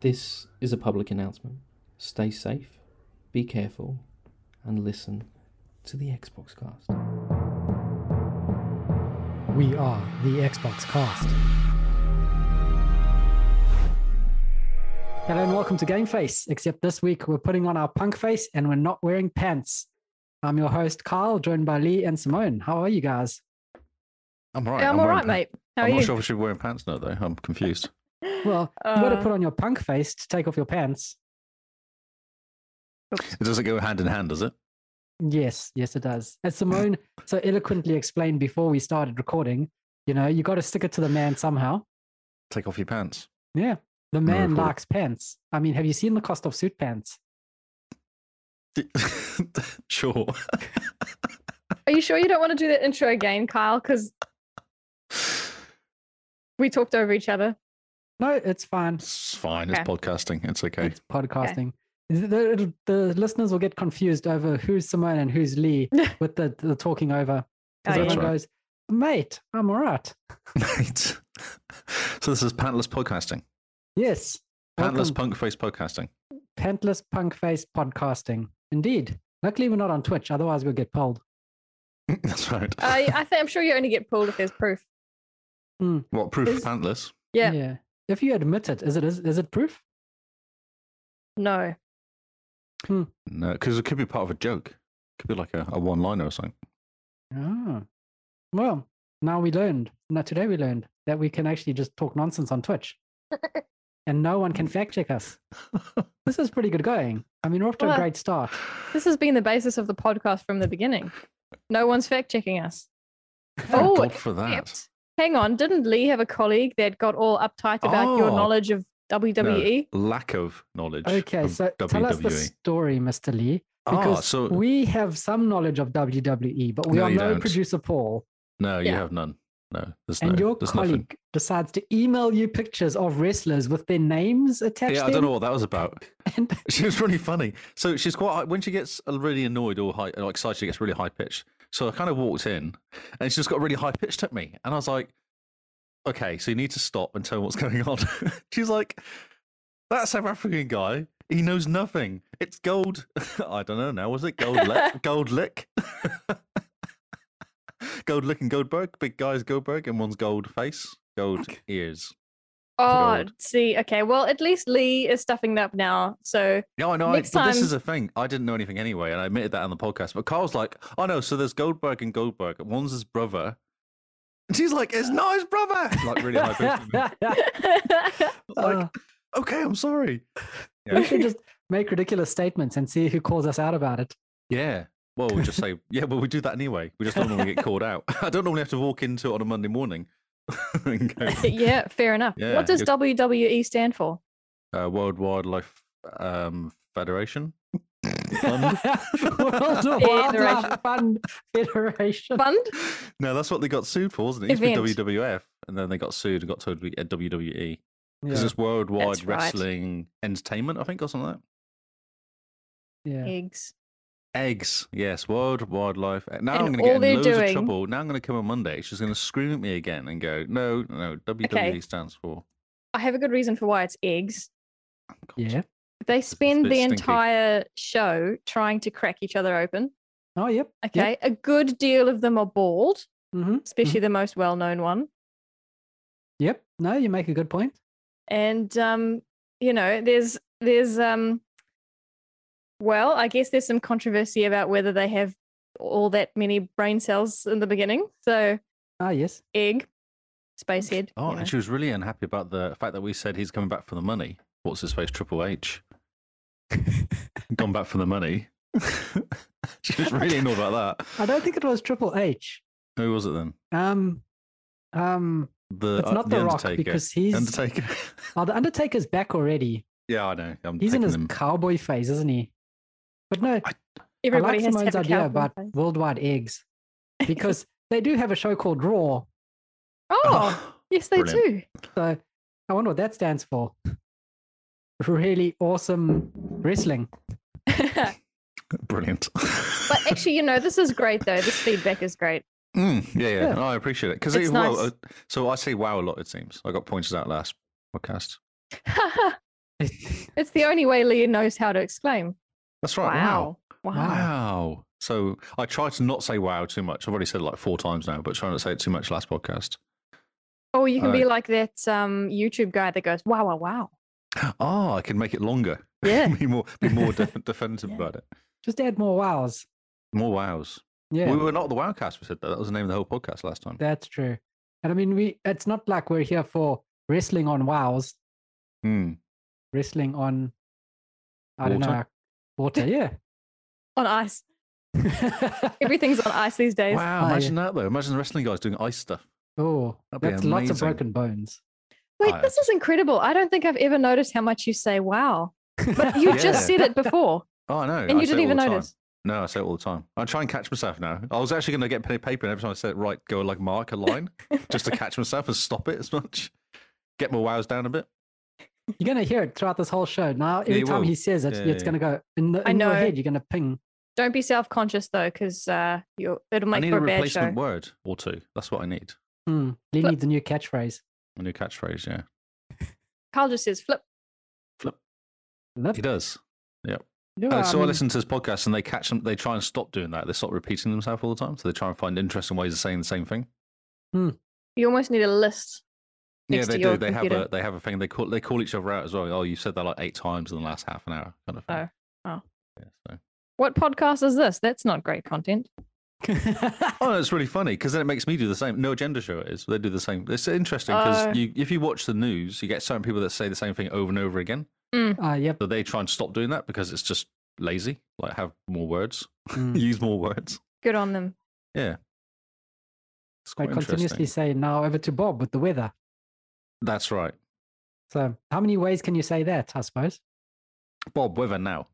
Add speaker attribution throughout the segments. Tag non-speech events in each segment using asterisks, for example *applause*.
Speaker 1: This is a public announcement. Stay safe, be careful, and listen to the Xbox cast.
Speaker 2: We are the Xbox Cast. Hello and welcome to Game Face. Except this week we're putting on our punk face and we're not wearing pants. I'm your host Carl, joined by Lee and Simone. How are you guys?
Speaker 3: I'm all right.
Speaker 4: Yeah, I'm all right, mate. How are
Speaker 3: I'm
Speaker 4: you?
Speaker 3: not sure if I should be wearing pants now, though. I'm confused.
Speaker 2: Well, you got to
Speaker 4: Uh,
Speaker 2: put on your punk face to take off your pants.
Speaker 4: oops.
Speaker 3: It doesn't go hand in hand, does it?
Speaker 2: Yes, yes, it does. As
Speaker 3: *laughs*
Speaker 2: Simone so eloquently explained before we started recording, you know, you got to stick it to the man somehow.
Speaker 3: Take off your pants. *laughs*
Speaker 2: Yeah, the man
Speaker 3: of course.
Speaker 2: likes pants. I mean, have you seen the cost of suit pants?
Speaker 3: sure.
Speaker 4: Are you sure you don't want to do that intro again, Kyle? Because we talked over each other.
Speaker 2: No, it's fine.
Speaker 3: It's fine. It's
Speaker 4: Okay.
Speaker 3: podcasting. It's okay.
Speaker 2: It's podcasting. The, the- the listeners will get confused over who's Simone and who's
Speaker 4: *laughs*
Speaker 2: Lee with the, the talking over.
Speaker 4: Oh,
Speaker 2: Because
Speaker 4: yeah.
Speaker 3: That's
Speaker 2: everyone goes, mate, I'm all right.
Speaker 3: *laughs* Mate. so this is pantless podcasting.
Speaker 2: Yes.
Speaker 3: Pantless
Speaker 2: Welcome,
Speaker 3: punk face podcasting. *laughs*
Speaker 2: pantless punk face podcasting. Indeed. Luckily, we're not on Twitch. Otherwise, we'll get pulled.
Speaker 3: That's right.
Speaker 4: I, I think I'm sure you only get pulled if there's proof.
Speaker 3: *laughs* what proof of
Speaker 4: is-
Speaker 3: pantless?
Speaker 4: Yeah.
Speaker 2: If you admit it, is it is, is it proof?
Speaker 4: No.
Speaker 3: No, because it could be part of a joke. could be like a, a one liner or something.
Speaker 2: Oh. Well, now we learned. Now today we learned that we can actually just talk nonsense on
Speaker 4: *laughs*
Speaker 2: Twitch, and no one can fact check us. This is pretty good going. I mean, we're off to a
Speaker 4: Well,
Speaker 2: great start.
Speaker 4: This has been the basis of the podcast from the beginning. No one's fact checking
Speaker 3: *laughs*
Speaker 4: us.
Speaker 3: Thank
Speaker 4: Oh,
Speaker 3: God for that.
Speaker 4: Except, hang on, didn't Lee have a colleague that got all uptight about your
Speaker 3: Oh.
Speaker 4: knowledge of E? WWE?
Speaker 3: Lack of knowledge.
Speaker 2: Okay,
Speaker 3: of
Speaker 2: so
Speaker 3: WWE.
Speaker 2: tell us the story, Mr. Lee,
Speaker 3: E. ah,
Speaker 2: because
Speaker 3: so
Speaker 2: we have some knowledge of WWE, but we
Speaker 3: No,
Speaker 2: are
Speaker 3: you
Speaker 2: no
Speaker 3: don't.
Speaker 2: producer Paul,
Speaker 3: no, you
Speaker 4: Yeah.
Speaker 3: have none. No, there's
Speaker 2: and
Speaker 3: no.
Speaker 2: your
Speaker 3: there's
Speaker 2: colleague
Speaker 3: nothing.
Speaker 2: decides to email you pictures of wrestlers with their names attached.
Speaker 3: Yeah, I
Speaker 2: to
Speaker 3: don't
Speaker 2: them,
Speaker 3: know what that was about.
Speaker 2: *laughs* And
Speaker 3: *laughs* She was really funny. So she's quite when she gets really annoyed or, high, or excited, she gets really high pitched. So I kind of walked in, and she just got really high pitched at me, and I was like, "Okay, so you need to stop and tell me what's *laughs* going on." she's like, "That South African guy, he knows nothing. It's gold. *laughs* I don't know now. Was it gold *laughs* lick? gold lick? gold lick and Goldberg. Big guy's Goldberg, and one's gold face, gold ears.
Speaker 4: Oh,
Speaker 3: Lord.
Speaker 4: see, okay. Well, at least Lee is stuffing it up now.
Speaker 3: *laughs*
Speaker 4: So, *laughs*
Speaker 3: No, I know. I,
Speaker 4: Next
Speaker 3: but this
Speaker 4: time-
Speaker 3: is the thing. I didn't know anything anyway, and I admitted that on the podcast. But Carl's like, "Oh no, so there's Goldberg and Goldberg. and One's his brother." *laughs* And she's like, "It's not his brother." Like really high pitched.
Speaker 2: *laughs*
Speaker 3: at me. Like,
Speaker 2: Uh,
Speaker 3: okay, I'm sorry.
Speaker 2: we
Speaker 3: Yeah.
Speaker 2: should just make ridiculous statements and see who calls us out about it.
Speaker 3: Yeah. Well, we just say, yeah. Well, we do that anyway. We just don't normally get called out. *laughs* I don't normally have to walk into it on a Monday morning. *laughs* and go,
Speaker 4: yeah, fair enough.
Speaker 3: Yeah,
Speaker 4: what does
Speaker 3: good-
Speaker 4: WWE stand for?
Speaker 3: uh, World Wildlife um, Federation.
Speaker 2: *laughs*
Speaker 3: Fund?
Speaker 2: World Wildlife Fund Federation.
Speaker 4: Fund?
Speaker 3: no, that's what they got sued for, wasn't it? It used
Speaker 4: Event.
Speaker 3: to be WWF, and then they got sued and got told to be uh, WWE.
Speaker 2: Yeah,
Speaker 3: Because it's worldwide
Speaker 4: That's right.
Speaker 3: wrestling entertainment, I think, or something like
Speaker 2: yeah.
Speaker 4: Eggs.
Speaker 3: that. Eggs, yes, World Wildlife. Now I'm
Speaker 4: And
Speaker 3: going to get
Speaker 4: all
Speaker 3: in
Speaker 4: they're
Speaker 3: loads of
Speaker 4: doing-
Speaker 3: trouble. Now I'm going to come on Monday. She's going to scream at me again and go, "No, no, WWE stands for." Oh,
Speaker 4: I have a good reason for why it's eggs.
Speaker 3: God.
Speaker 2: Yeah.
Speaker 4: They spend
Speaker 3: bit
Speaker 4: the
Speaker 3: stinky.
Speaker 4: entire show trying to crack each other open.
Speaker 2: Oh, yep. yep.
Speaker 4: Okay. A good deal of them are bald,
Speaker 2: Mhm,
Speaker 4: especially the most well known one.
Speaker 2: Yep. No, you make a good point.
Speaker 4: And um, you know, there's there's um well, I guess there's some controversy about whether they have all that many brain cells in the beginning. So
Speaker 2: Ah, yes. *laughs*
Speaker 4: egg, space head.
Speaker 3: Oh,
Speaker 4: you know.
Speaker 3: and she was really unhappy about the fact that we said he's coming back for the money. What's his face? Triple H. Gone back for the money. *laughs* she was really annoyed about that.
Speaker 2: *laughs* I don't think it was Triple H.
Speaker 3: Who was it then?
Speaker 2: Um, um,
Speaker 3: The
Speaker 2: it's
Speaker 3: uh,
Speaker 2: not The, Rock
Speaker 3: Undertaker.
Speaker 2: because he's.
Speaker 3: Undertaker. *laughs*
Speaker 2: Oh, the Undertaker's back already.
Speaker 3: yeah, I know. I'm
Speaker 2: He's in
Speaker 3: taking
Speaker 2: his
Speaker 3: them.
Speaker 2: cowboy phase, isn't he? But no,
Speaker 4: Everybody
Speaker 2: I like
Speaker 4: has
Speaker 2: Simone's
Speaker 4: to have a
Speaker 2: idea
Speaker 4: cow
Speaker 2: about
Speaker 4: company.
Speaker 2: worldwide eggs
Speaker 4: *laughs*
Speaker 2: because they do have a show called Raw. *laughs*
Speaker 4: Oh, yes, they
Speaker 3: Brilliant.
Speaker 4: do.
Speaker 2: So I wonder what that stands for. Really awesome wrestling. *laughs*
Speaker 4: *laughs* but
Speaker 3: *laughs* brilliant. *laughs*
Speaker 4: actually, you know, this is great though. This feedback is great. *laughs*
Speaker 3: Mm, yeah, yeah,
Speaker 2: Yeah.
Speaker 3: No, I appreciate it because
Speaker 4: It's
Speaker 3: well,
Speaker 4: nice.
Speaker 3: uh, so I say wow a lot. It seems I got pointed out last podcast.
Speaker 4: It's the only way Leah knows how to exclaim.
Speaker 3: That's right.
Speaker 4: Wow. Wow.
Speaker 2: Wow.
Speaker 3: Wow. So I try to not say wow too much. I've already said it like four times now, but try not to say it too much last podcast. *gasps*
Speaker 4: Or Oh, you can be
Speaker 3: Alright.
Speaker 4: like that um, YouTube guy that goes, wow, wow, wow.
Speaker 3: Ah, I can make it longer. *laughs*
Speaker 4: Yeah.
Speaker 3: be more be
Speaker 4: *laughs*
Speaker 3: more def- definitive
Speaker 2: Yeah.
Speaker 3: about it.
Speaker 2: Just add more wows.
Speaker 3: More wows.
Speaker 2: Yeah,
Speaker 3: We were not the wowcast. We said that. That was the name of the whole podcast last time.
Speaker 2: that's true. And I mean, we it's not like we're here for wrestling on wows,
Speaker 3: Hmm.
Speaker 2: wrestling on, I don't
Speaker 3: Water?
Speaker 2: know, water. Yeah.
Speaker 4: *laughs*
Speaker 2: *laughs*
Speaker 4: on ice. Everything's on ice these days.
Speaker 3: Wow.
Speaker 2: Oh,
Speaker 3: Imagine that though. Imagine the wrestling guys doing ice stuff.
Speaker 2: oh,
Speaker 3: That'd be
Speaker 2: that's lots of
Speaker 3: amazing.
Speaker 2: broken bones.
Speaker 4: Wait,
Speaker 3: I-
Speaker 4: this is incredible. I don't think I've ever noticed how much you say wow.
Speaker 3: *laughs*
Speaker 2: *laughs*
Speaker 4: But you just
Speaker 3: Yeah.
Speaker 4: said
Speaker 3: *laughs*
Speaker 4: it before
Speaker 3: Oh, I know.
Speaker 4: and
Speaker 3: I
Speaker 4: you
Speaker 3: say it
Speaker 4: didn't
Speaker 3: all
Speaker 4: even
Speaker 3: the time.
Speaker 4: notice.
Speaker 3: No, I say it all the time. I try and catch myself now. I was actually going to get pen and paper, and every time I said it right, go like mark a
Speaker 4: *laughs*
Speaker 3: line just to catch myself and stop it as much. Get my wows down a bit.
Speaker 2: You're gonna hear it throughout this whole show. Now, every
Speaker 3: you
Speaker 2: time
Speaker 3: will.
Speaker 2: he says it,
Speaker 3: Yeah,
Speaker 2: it's
Speaker 3: yeah.
Speaker 2: gonna go in, the,
Speaker 4: I
Speaker 2: in your
Speaker 4: know.
Speaker 2: head. You're gonna ping.
Speaker 4: Don't be self conscious though, because uh, you'll- it'll
Speaker 3: I
Speaker 4: make
Speaker 3: need
Speaker 4: for
Speaker 3: a
Speaker 4: a bad show.
Speaker 3: replacement word or two. That's what I need.
Speaker 2: Hmm. Lee
Speaker 4: Flip.
Speaker 2: needs a new catchphrase.
Speaker 3: A new catchphrase. Yeah,
Speaker 4: Carl just says flip.
Speaker 2: Flip.
Speaker 3: he does.
Speaker 2: Yeah,
Speaker 3: Uh, so I
Speaker 2: mean,
Speaker 3: listen to his podcast, and they catch them. They try and stop doing that. They stop repeating themselves all the time. So they try and find interesting ways of saying the same thing.
Speaker 4: You almost need a list.
Speaker 3: Yeah,
Speaker 4: next
Speaker 3: they
Speaker 4: to
Speaker 3: do.
Speaker 4: your
Speaker 3: They have
Speaker 4: computer.
Speaker 3: a they have a thing. They call they call each other out as well. Oh, you said that like eight times in the last half an hour, kind of thing.
Speaker 4: Oh, oh.
Speaker 3: Yeah, so.
Speaker 4: What podcast is this? That's not great content.
Speaker 3: Oh, no, it's really funny because then it makes me do the same. No agenda show it is. They do the same. It's interesting because
Speaker 4: Oh.
Speaker 3: you, if you watch the news, you get certain people that say the same thing over and over again.
Speaker 2: *laughs* Ah, yep.
Speaker 3: *laughs* So they try and stop doing that because it's just lazy. Like have more words,
Speaker 2: Mm.
Speaker 3: use more words.
Speaker 4: Good on them.
Speaker 3: It's
Speaker 2: I
Speaker 3: quite
Speaker 2: continuously
Speaker 3: interesting.
Speaker 2: say now over to Bob with the weather.
Speaker 3: That's right.
Speaker 2: So, how many ways can you say that? I suppose.
Speaker 3: Bob, weather now.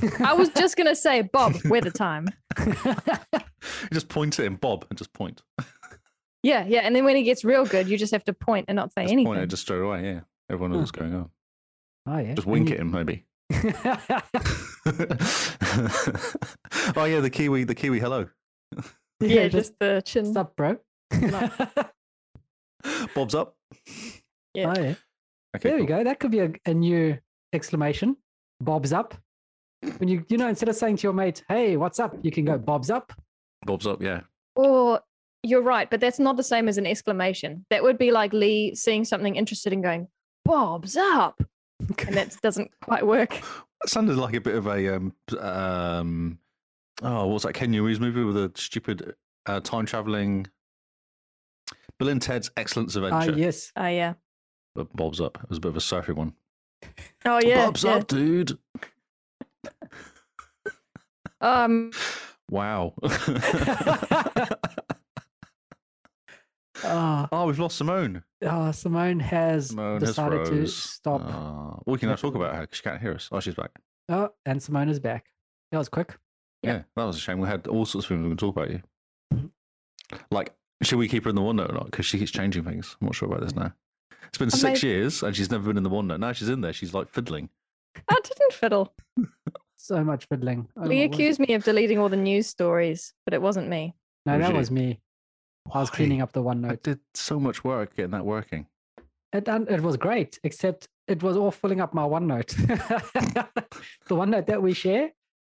Speaker 4: *laughs*
Speaker 3: *laughs*
Speaker 4: I was just going to say, Bob, weather time.
Speaker 3: You just point at him, Bob, and just point.
Speaker 4: Yeah, yeah. And then when he gets real good, you just have to point and not say
Speaker 3: Just point at
Speaker 4: anything.
Speaker 3: it just straight away. Yeah. Everyone knows
Speaker 2: Huh.
Speaker 3: what's going on.
Speaker 2: *laughs* oh yeah.
Speaker 3: Just wink at
Speaker 2: *laughs*
Speaker 3: him, maybe. *laughs*
Speaker 2: it.
Speaker 3: oh yeah, the Kiwi, the Kiwi hello.
Speaker 4: yeah, just the chin.
Speaker 2: What's up, bro? *laughs*
Speaker 3: Bob's up.
Speaker 4: Yeah.
Speaker 2: Oh, yeah.
Speaker 3: Okay,
Speaker 2: there we
Speaker 3: cool.
Speaker 2: go. That could be a, a new exclamation. Bob's
Speaker 4: *laughs*
Speaker 2: up. When you you know instead of saying to your mate, "Hey, what's up?" you can go, "Bob's up."
Speaker 3: Bob's up, yeah.
Speaker 4: Or you're right, but that's not the same as an exclamation. That would be like Lee seeing something interested and going, Bob's up.
Speaker 3: *laughs*
Speaker 4: And that doesn't quite work.
Speaker 3: That sounded like a bit of a um um oh what was that Ken Ui's movie with a stupid uh, time traveling Bill and Ted's Excellence
Speaker 2: Ah,
Speaker 3: Adventure.
Speaker 2: yes.
Speaker 3: *laughs*
Speaker 2: *laughs*
Speaker 4: Oh, yeah.
Speaker 3: But Bob's up. It was a bit of a surfy one.
Speaker 4: Oh, yeah.
Speaker 3: Bob's
Speaker 4: yeah.
Speaker 3: up, dude.
Speaker 4: Um,
Speaker 3: Wow. *laughs*
Speaker 2: Ah,
Speaker 3: oh, we've lost Simone.
Speaker 2: ah, Simone has
Speaker 3: Simone has
Speaker 2: decided to
Speaker 3: froze.
Speaker 2: stop.
Speaker 3: Ah, we can now talk about her 'cause she can't hear us. Oh, she's back.
Speaker 2: Oh, and Simone is back. That was quick.
Speaker 3: Yeah. that was a shame. We had all sorts of things we can talk about you.
Speaker 4: Mm-hmm.
Speaker 3: Like, should we keep her in the OneNote or not? Because she keeps changing things. I'm not sure about this now. It's been six
Speaker 4: Mm-hmm. Amazing.
Speaker 3: years and she's never been in the OneNote. Now she's in there. She's like fiddling.
Speaker 4: I didn't fiddle.
Speaker 2: So much fiddling. Oh,
Speaker 4: Lee
Speaker 2: what was it?
Speaker 4: accused me of deleting all the news stories, but it wasn't me.
Speaker 2: No,
Speaker 3: Who's
Speaker 2: that
Speaker 3: you?
Speaker 2: was me. I was cleaning up the
Speaker 3: I
Speaker 2: OneNote.
Speaker 3: did so much work getting that working.
Speaker 2: It, and it was great, except it was all filling up my OneNote. *laughs* the OneNote that we share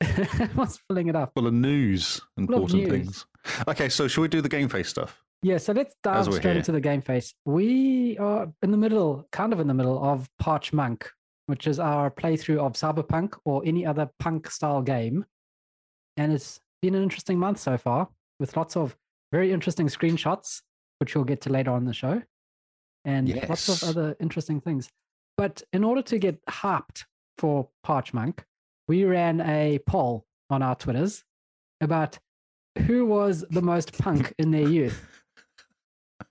Speaker 2: *laughs* was filling it up.
Speaker 3: Full of news, important
Speaker 2: news.
Speaker 3: things. Okay, so should we do the game face stuff?
Speaker 2: Yeah, so let's dive
Speaker 3: we're
Speaker 2: straight
Speaker 3: here.
Speaker 2: into the game face. We are in the middle, kind of in the middle of Parch Monk, which is our playthrough of Cyberpunk or any other punk style game. And it's been an interesting month so far with lots of very interesting screenshots, which we'll get to later on in the show, and lots
Speaker 3: Yes.
Speaker 2: of other interesting things. But in order to get hyped for Parch Monk, we ran a poll on our Twitters about who was the most punk in their
Speaker 4: *laughs*
Speaker 2: youth.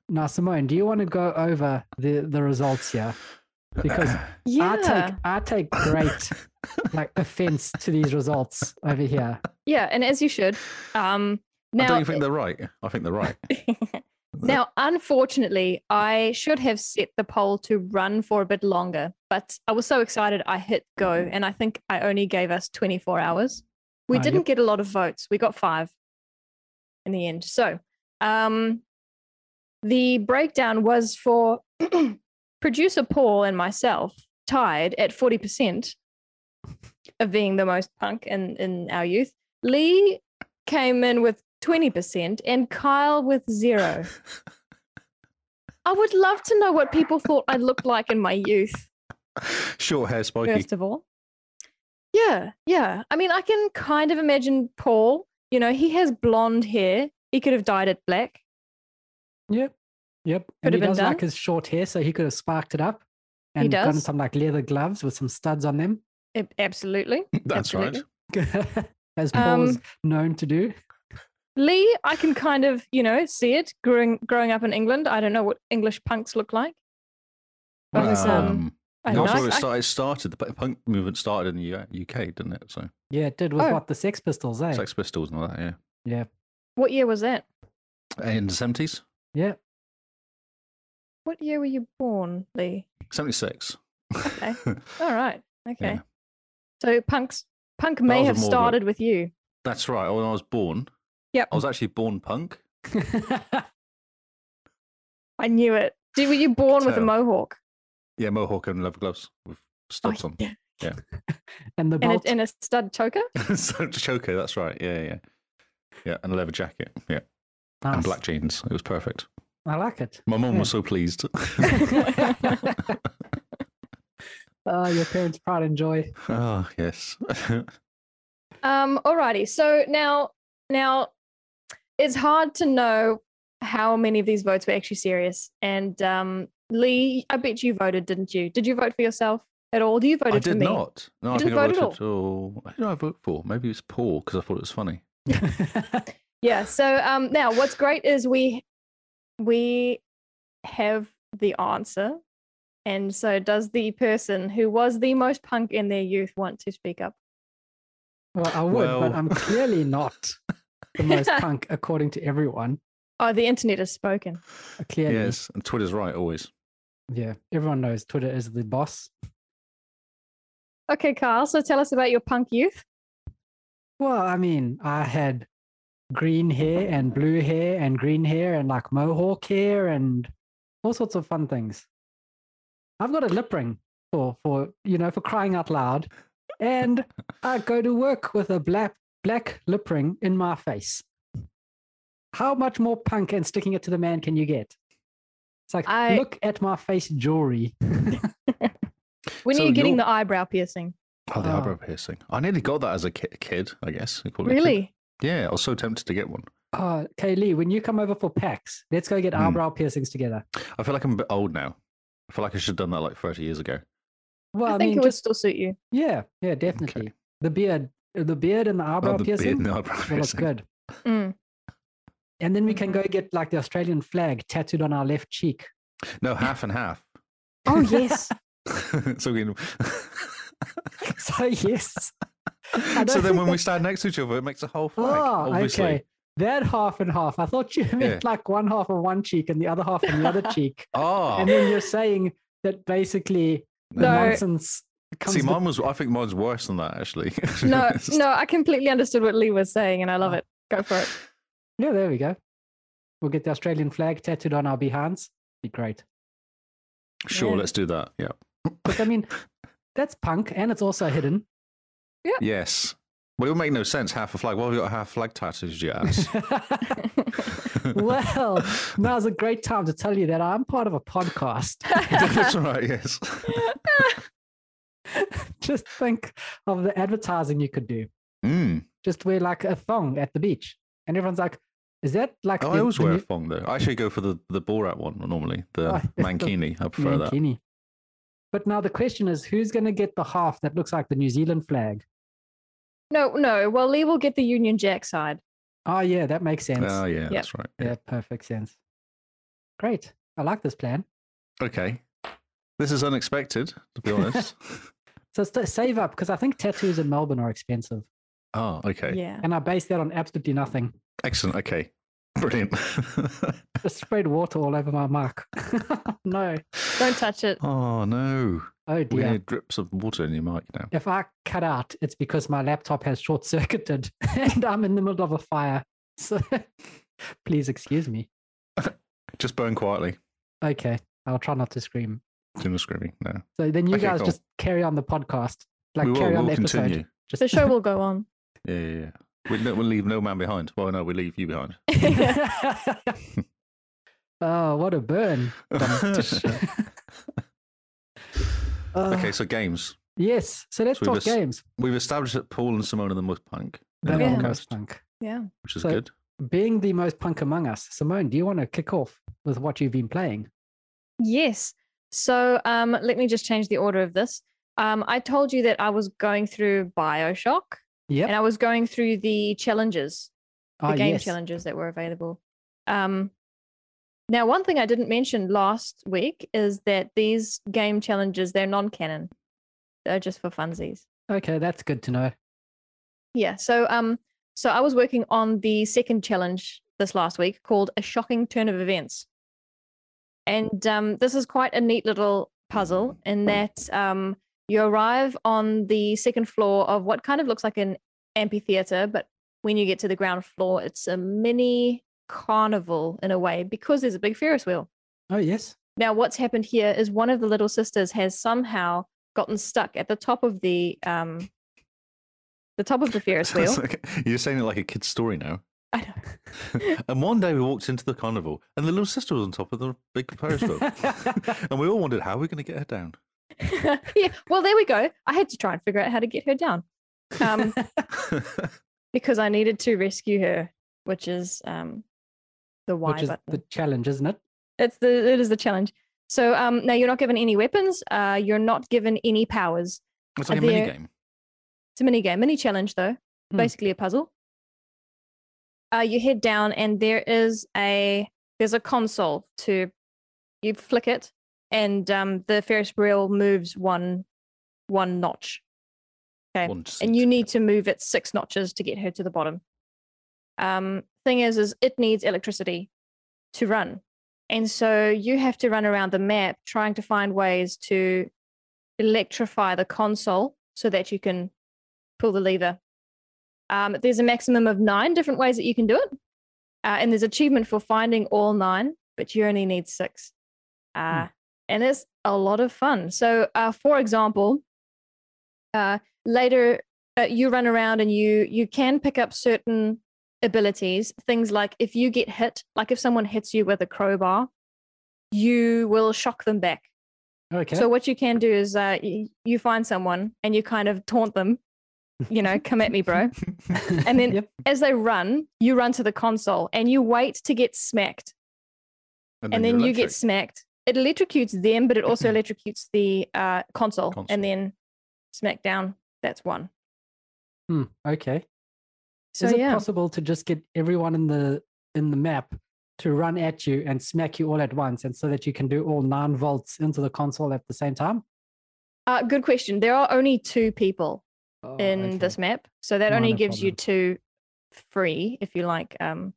Speaker 2: Now, Simone, do you want to go over the, the results here?
Speaker 3: *coughs*
Speaker 2: Because I take I take great like offense to these results over here.
Speaker 4: Yeah, and as you should. Um,
Speaker 3: I don't
Speaker 4: now,
Speaker 3: even think they're right. I think they're right.
Speaker 4: *laughs* now, unfortunately, I should have set the poll to run for a bit longer, but I was so excited I hit go, and I think I only gave us 24 hours. We
Speaker 2: Ah, yep.
Speaker 4: didn't get a lot of votes. We got five in the end. So, um, *clears throat* the breakdown was for producer Paul and myself. tied at 40% of being the most punk in, in our youth. Lee came in with 20% and Kyle with zero. I would love to know what people thought I looked like in my youth,
Speaker 3: *laughs* Short hair, spiky.
Speaker 4: first of all. Yeah, yeah. I mean, I can kind of imagine Paul, you know, he has blonde hair. He could have dyed it black.
Speaker 2: Yep. Yep.
Speaker 4: Could have
Speaker 2: and he
Speaker 4: been
Speaker 2: does
Speaker 4: done.
Speaker 2: like his short hair, so he could have sparked it up
Speaker 4: He
Speaker 2: and gotten
Speaker 4: does.
Speaker 2: some like leather gloves with some studs on them, *laughs*
Speaker 4: Ab- Absolutely.
Speaker 3: *laughs* That's right.
Speaker 4: Absolutely.
Speaker 2: as
Speaker 4: Um,
Speaker 2: Paul's known to do.
Speaker 4: Lee, I can kind of, you know, see it growing growing up in England. I don't know what English punks look like. But it was, um, I don't
Speaker 3: that's
Speaker 4: know.
Speaker 3: where it
Speaker 4: I-
Speaker 3: started, it started. The punk movement started in the U- UK, didn't it? So
Speaker 2: Yeah, it did with
Speaker 4: Oh.
Speaker 2: what the Sex Pistols, eh?
Speaker 3: Sex Pistols and all that, yeah.
Speaker 2: Yeah.
Speaker 4: what year was that?
Speaker 3: In the 70s?
Speaker 2: Yeah.
Speaker 4: What year were you born, Lee?
Speaker 3: 76.
Speaker 4: Okay. All right. Okay.
Speaker 3: Yeah.
Speaker 4: So punks punk may
Speaker 3: was
Speaker 4: have
Speaker 3: more of a-
Speaker 4: started with you.
Speaker 3: *laughs* That's right. When I was born,
Speaker 4: Yep.
Speaker 3: I was actually born punk.
Speaker 4: I knew it. Did, were you born with a
Speaker 3: tell.
Speaker 4: mohawk Oh,
Speaker 3: Yeah, mohawk and leather gloves with studs on.
Speaker 4: yeah.
Speaker 2: *laughs* and the
Speaker 4: and a,
Speaker 2: bolt.
Speaker 4: and a stud choker?
Speaker 3: *laughs* so choker, that's right. Yeah, yeah. Yeah, and a leather jacket. Yeah. And
Speaker 2: Nice.
Speaker 3: black jeans. It was perfect.
Speaker 2: I like it. *laughs*
Speaker 3: My mum
Speaker 2: Yeah.
Speaker 3: was so
Speaker 4: *laughs*
Speaker 3: pleased. *laughs*
Speaker 2: oh, your parents' pride and joy.
Speaker 3: oh, yes.
Speaker 4: Um, alrighty. So now now it's hard to know how many of these votes were actually serious. And um, Lee, I bet you voted, didn't you? Did you vote for yourself at all? Do you voted
Speaker 3: I
Speaker 4: for
Speaker 3: did
Speaker 4: me?
Speaker 3: not. No,
Speaker 4: You
Speaker 3: I
Speaker 4: didn't
Speaker 3: think I
Speaker 4: vote at
Speaker 3: voted for. Who did I vote for? Maybe it was Paul because I thought it was funny.
Speaker 4: Yeah. So um, now what's great is we we have the answer. And so does the person who was the most punk in their youth want to speak up?
Speaker 2: well, I would,
Speaker 3: Well-
Speaker 2: but I'm clearly not the most punk, according to everyone. Uh,
Speaker 4: Oh, the internet has spoken.
Speaker 2: Clearly.
Speaker 3: Yes, and Twitter's right always.
Speaker 2: Yeah. Everyone knows Twitter is the boss.
Speaker 4: Okay, Carl. So tell us about your punk youth.
Speaker 2: Well, I mean, I had green hair and blue hair and green hair and like mohawk hair and all sorts of fun things. I've got a lip ring for for you know for crying out loud, and I go to work with a black black lip ring in my face. How much more punk and sticking it to the man can you get? It's like
Speaker 4: I-
Speaker 2: look at my face jewelry.
Speaker 4: When
Speaker 3: So
Speaker 4: are you getting
Speaker 3: your-
Speaker 4: the eyebrow piercing?
Speaker 3: Oh, the
Speaker 2: Ah.
Speaker 3: eyebrow piercing. I nearly got that as a ki- kid, I guess. you call it a kid.
Speaker 4: Really?
Speaker 3: Yeah, I was so tempted to get one.
Speaker 2: Oh, Kaylee, when you come over for PAX, let's go get
Speaker 3: Mm.
Speaker 2: eyebrow piercings together.
Speaker 3: I feel like I'm a bit old now. I feel like I should have done that like 30 years ago.
Speaker 2: Well, I,
Speaker 4: I, think
Speaker 2: mean,
Speaker 4: it would
Speaker 2: just
Speaker 4: still suit you.
Speaker 2: Yeah, yeah, definitely. The beard, the beard and the eyebrow
Speaker 3: oh, the beard
Speaker 2: piercing
Speaker 3: and the eyebrow
Speaker 2: will look
Speaker 3: piercing. Mm.
Speaker 2: good.
Speaker 4: Mm.
Speaker 2: And then we can
Speaker 4: Mhm.
Speaker 2: go get like the Australian flag tattooed on our left cheek.
Speaker 3: *laughs*
Speaker 2: *laughs*
Speaker 3: *laughs* No, half and half. *laughs*
Speaker 4: Oh yes.
Speaker 3: so we can...
Speaker 2: so
Speaker 3: *laughs*
Speaker 2: yes, don't
Speaker 3: so then
Speaker 2: think *laughs*
Speaker 3: when we
Speaker 2: that-
Speaker 3: stand next to each other, it makes a whole flag.
Speaker 2: oh,
Speaker 3: obviously.
Speaker 2: okay. That half and half. I thought you meant like one half on one cheek and the other half on the
Speaker 3: *laughs*
Speaker 2: other cheek.
Speaker 3: Oh,
Speaker 2: And then you're saying that basically the
Speaker 4: No.
Speaker 2: nonsense comes.
Speaker 3: see,
Speaker 2: with-
Speaker 3: mine was. I think mine's worse than that actually. *laughs*
Speaker 4: No,
Speaker 3: It's-
Speaker 4: no, I completely understood what Lee was saying, and I love it. Go for it.
Speaker 2: Yeah, there we go. We'll get the Australian flag tattooed on our behinds. Be great.
Speaker 3: Sure,
Speaker 4: Yeah.
Speaker 3: let's do that. Yeah.
Speaker 2: But I
Speaker 3: *laughs*
Speaker 2: mean, that's punk, and it's also hidden.
Speaker 3: Yes. Well, it would make no sense. Half a flag. Why have you got half flag tattoos?
Speaker 2: *laughs*
Speaker 3: You ass.
Speaker 2: well, now's a great time to tell you that I'm part of a podcast.
Speaker 3: *laughs*
Speaker 2: *laughs*
Speaker 3: That's right. Yes.
Speaker 2: Just think of the advertising you could do.
Speaker 3: Mm.
Speaker 2: Just wear like a thong at the beach, and everyone's like, "Is that like?"
Speaker 3: Oh, I always wear a thong though. I actually go for the the Borat one normally.
Speaker 2: *laughs*
Speaker 3: The
Speaker 2: Oh, the
Speaker 3: mankini. I prefer that.
Speaker 2: mankini. But now the question is, who's going to get the half that looks like the New Zealand flag?
Speaker 4: No, no. Well, Lee will get the Union Jack side.
Speaker 2: Oh yeah, that makes sense.
Speaker 3: Oh yeah, that's right.
Speaker 2: yeah, perfect sense. Great, I like this plan.
Speaker 3: Okay. This is unexpected, to
Speaker 2: *laughs*
Speaker 3: be honest.
Speaker 2: So st- save up because I think tattoos in Melbourne are expensive,
Speaker 3: oh, okay.
Speaker 4: Yeah.
Speaker 2: and I base that on absolutely nothing.
Speaker 3: Excellent. Okay. Brilliant.
Speaker 2: Just sprayed water all over my mark. *laughs* no.
Speaker 4: Don't touch it.
Speaker 3: *laughs* oh no.
Speaker 2: Oh
Speaker 3: We're
Speaker 2: dear.
Speaker 3: gonna need drips of water in your mic now.
Speaker 2: If I cut out, it's because my laptop has short circuited *laughs* and I'm in the middle of a fire. So *laughs* please excuse me.
Speaker 3: Just burn quietly.
Speaker 2: Okay. I'll try not to scream.
Speaker 3: shouting and screaming. No,
Speaker 2: So then you
Speaker 3: Okay,
Speaker 2: guys
Speaker 3: cool.
Speaker 2: just carry on the podcast. Like
Speaker 3: we will.
Speaker 2: carry on
Speaker 3: We'll
Speaker 2: the episode.
Speaker 3: continue.
Speaker 2: Just
Speaker 4: The show will go on. *laughs*
Speaker 3: Yeah, yeah, yeah. We, no, we'll leave no man behind. Well, no, we leave
Speaker 2: *laughs*
Speaker 3: you behind.
Speaker 2: oh, what a burn.
Speaker 3: *laughs*
Speaker 2: *laughs* Uh,
Speaker 3: okay, so games.
Speaker 2: Yes. So let's
Speaker 3: So we've
Speaker 2: talk
Speaker 3: just-
Speaker 2: games.
Speaker 3: We've established that Paul and Simone are the most punk, in
Speaker 2: They
Speaker 3: the
Speaker 2: are the
Speaker 4: Yeah.
Speaker 2: most
Speaker 3: podcast,
Speaker 2: punk.
Speaker 4: yeah.
Speaker 3: which is
Speaker 2: So-
Speaker 3: good.
Speaker 2: Being the most punk among us, Simone, do you want to kick off with what you've been playing?
Speaker 4: Yes. So um, let me just change the order of this. Um, I told you that I was going through Bioshock
Speaker 2: Yep.
Speaker 4: and I was going through the challenges, the
Speaker 2: Ah,
Speaker 4: game
Speaker 2: yes.
Speaker 4: challenges that were available. Um, now, one thing I didn't mention last week is that these game challenges, they're non canon, they're just for funsies.
Speaker 2: Okay, that's good to know.
Speaker 4: Yeah. So um so I was working on the second challenge this last week called a shocking turn of events. And um this is quite a neat little puzzle in that um you arrive on the second floor of what kind of looks like an amphitheater, but when you get to the ground floor, it's a mini carnival in a way because there's a big Ferris wheel.
Speaker 2: Oh, yes.
Speaker 4: Now, what's happened here is one of the little sisters has somehow gotten stuck at the top of the um, the top of the Ferris wheel.
Speaker 3: It's like- *laughs* you're saying it like a kid's story now.
Speaker 2: *laughs*
Speaker 4: I know.
Speaker 3: *laughs* and one day we walked into the carnival, and the little sister was on top of the big Paris
Speaker 4: *laughs*
Speaker 3: wheel, and we all wondered how we're going to get her down.
Speaker 4: *laughs* yeah. Well, there we go. I had to try and figure out how to get her down
Speaker 2: *laughs*
Speaker 4: um, because I needed to rescue her, which is um, the Y
Speaker 2: Which is
Speaker 4: button.
Speaker 2: the challenge, isn't it?
Speaker 4: It's the it is the challenge. So um, now you're not given any weapons. Uh, you're not given any powers.
Speaker 3: It's like
Speaker 4: Are
Speaker 3: a mini
Speaker 4: there-
Speaker 3: game.
Speaker 4: It's a mini game, mini challenge though.
Speaker 2: Hmm.
Speaker 4: Basically a puzzle. Uh, you head down and there is a there's a console to you flick it and um, the Ferris wheel moves one one notch. Okay. and you need to move it six notches to get her to the bottom. Um, thing is, is it needs electricity to run, and so you have to run around the map trying to find ways to electrify the console so that you can pull the lever. Um, there's a maximum of nine different ways that you can do it, uh, and there's achievement for finding all nine, but you only need six, uh, and it's a lot of fun. So, uh, for example, uh, later uh, you run around and you you can pick up certain abilities things like if you get hit like if someone hits you with a crowbar you will shock them back
Speaker 2: Okay.
Speaker 4: so what you can do is uh, y- you find someone and you kind of taunt them you know come at me bro
Speaker 3: *laughs*
Speaker 4: and
Speaker 2: *laughs*
Speaker 4: then-
Speaker 2: Yep.
Speaker 4: as they run you run to the console and you wait to get smacked and then,
Speaker 3: you're
Speaker 4: you get
Speaker 3: electric.
Speaker 4: smacked it electrocutes them but it also electrocutes the uh, console,
Speaker 3: Console.
Speaker 4: and then smack down that's one
Speaker 2: Hmm, okay.
Speaker 4: so
Speaker 2: is it
Speaker 4: yeah
Speaker 2: possible to just get everyone in the in the map to run at you and smack you all at once, and so that you can do all nine volts into the console at the same time?
Speaker 4: Uh, good question. There are only two people
Speaker 2: Oh,
Speaker 4: in
Speaker 2: okay.
Speaker 4: this map, so that only
Speaker 2: Minor
Speaker 4: gives you
Speaker 2: problem.
Speaker 4: two free, if you like, um,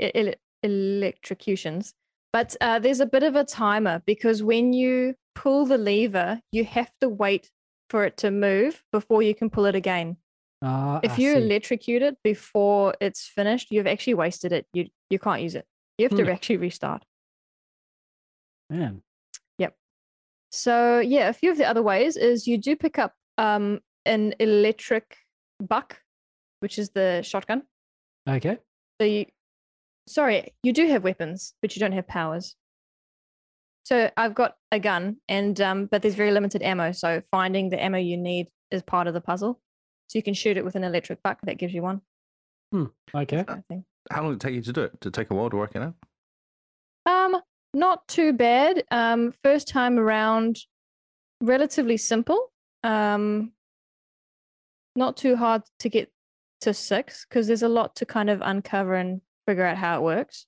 Speaker 4: e- ele- electrocutions. But uh, there's a bit of a timer because when you pull the lever, you have to wait for it to move before you can pull it again.
Speaker 2: Ah,
Speaker 4: If
Speaker 2: I
Speaker 4: you
Speaker 2: see.
Speaker 4: electrocute it before it's finished, you've actually wasted it. You you can't use it. You have to
Speaker 2: Hmm.
Speaker 4: actually restart.
Speaker 2: Man.
Speaker 4: So yeah, a few of the other ways is you do pick up um, an electric buck, which is the shotgun.
Speaker 2: Okay.
Speaker 4: So you, sorry, you do have weapons, but you don't have powers. So I've got a gun, and um, but there's very limited ammo. So finding the ammo you need is part of the puzzle. So you can shoot it with an electric buck. That gives you one.
Speaker 2: Okay.
Speaker 4: I think.
Speaker 3: How long did it take you to do it? Did it take a while to work it out?
Speaker 4: Um, not too bad. Um, first time around, relatively simple. Um, not too hard to get to six because there's a lot to kind of uncover and figure out how it works.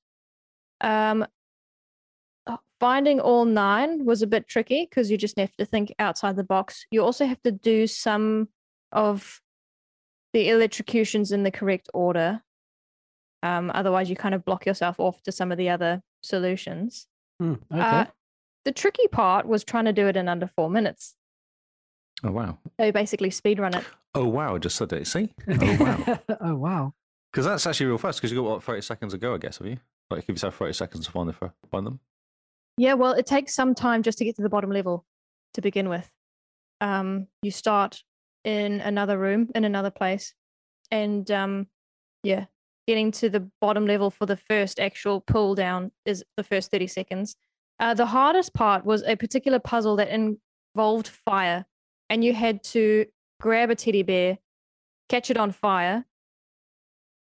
Speaker 4: Um, uh, finding all nine was a bit tricky because you just have to think outside the box. You also have to do some of the electrocutions in the correct order. Um, otherwise, you kind of block yourself off to some of the other solutions.
Speaker 2: Hmm, okay. *laughs*
Speaker 4: *laughs* Uh, the tricky part was trying to do it in under four minutes.
Speaker 3: Oh wow!
Speaker 4: So you basically speedrun it.
Speaker 3: Oh wow! I just said it. See? *laughs* Oh wow!
Speaker 2: oh wow. *laughs*
Speaker 3: Because that's actually real fast. Because you got what thirty seconds ago, I guess, have you? Like give yourself thirty seconds to find the fir- find them.
Speaker 4: Yeah, well, it takes some time just to get to the bottom level. to begin with. Um, you start in another room, in another place, and um, yeah, getting to the bottom level for the first actual pull down is the first 30 seconds. Uh, the hardest part was a particular puzzle that involved fire, and you had to grab a teddy bear, catch it on fire,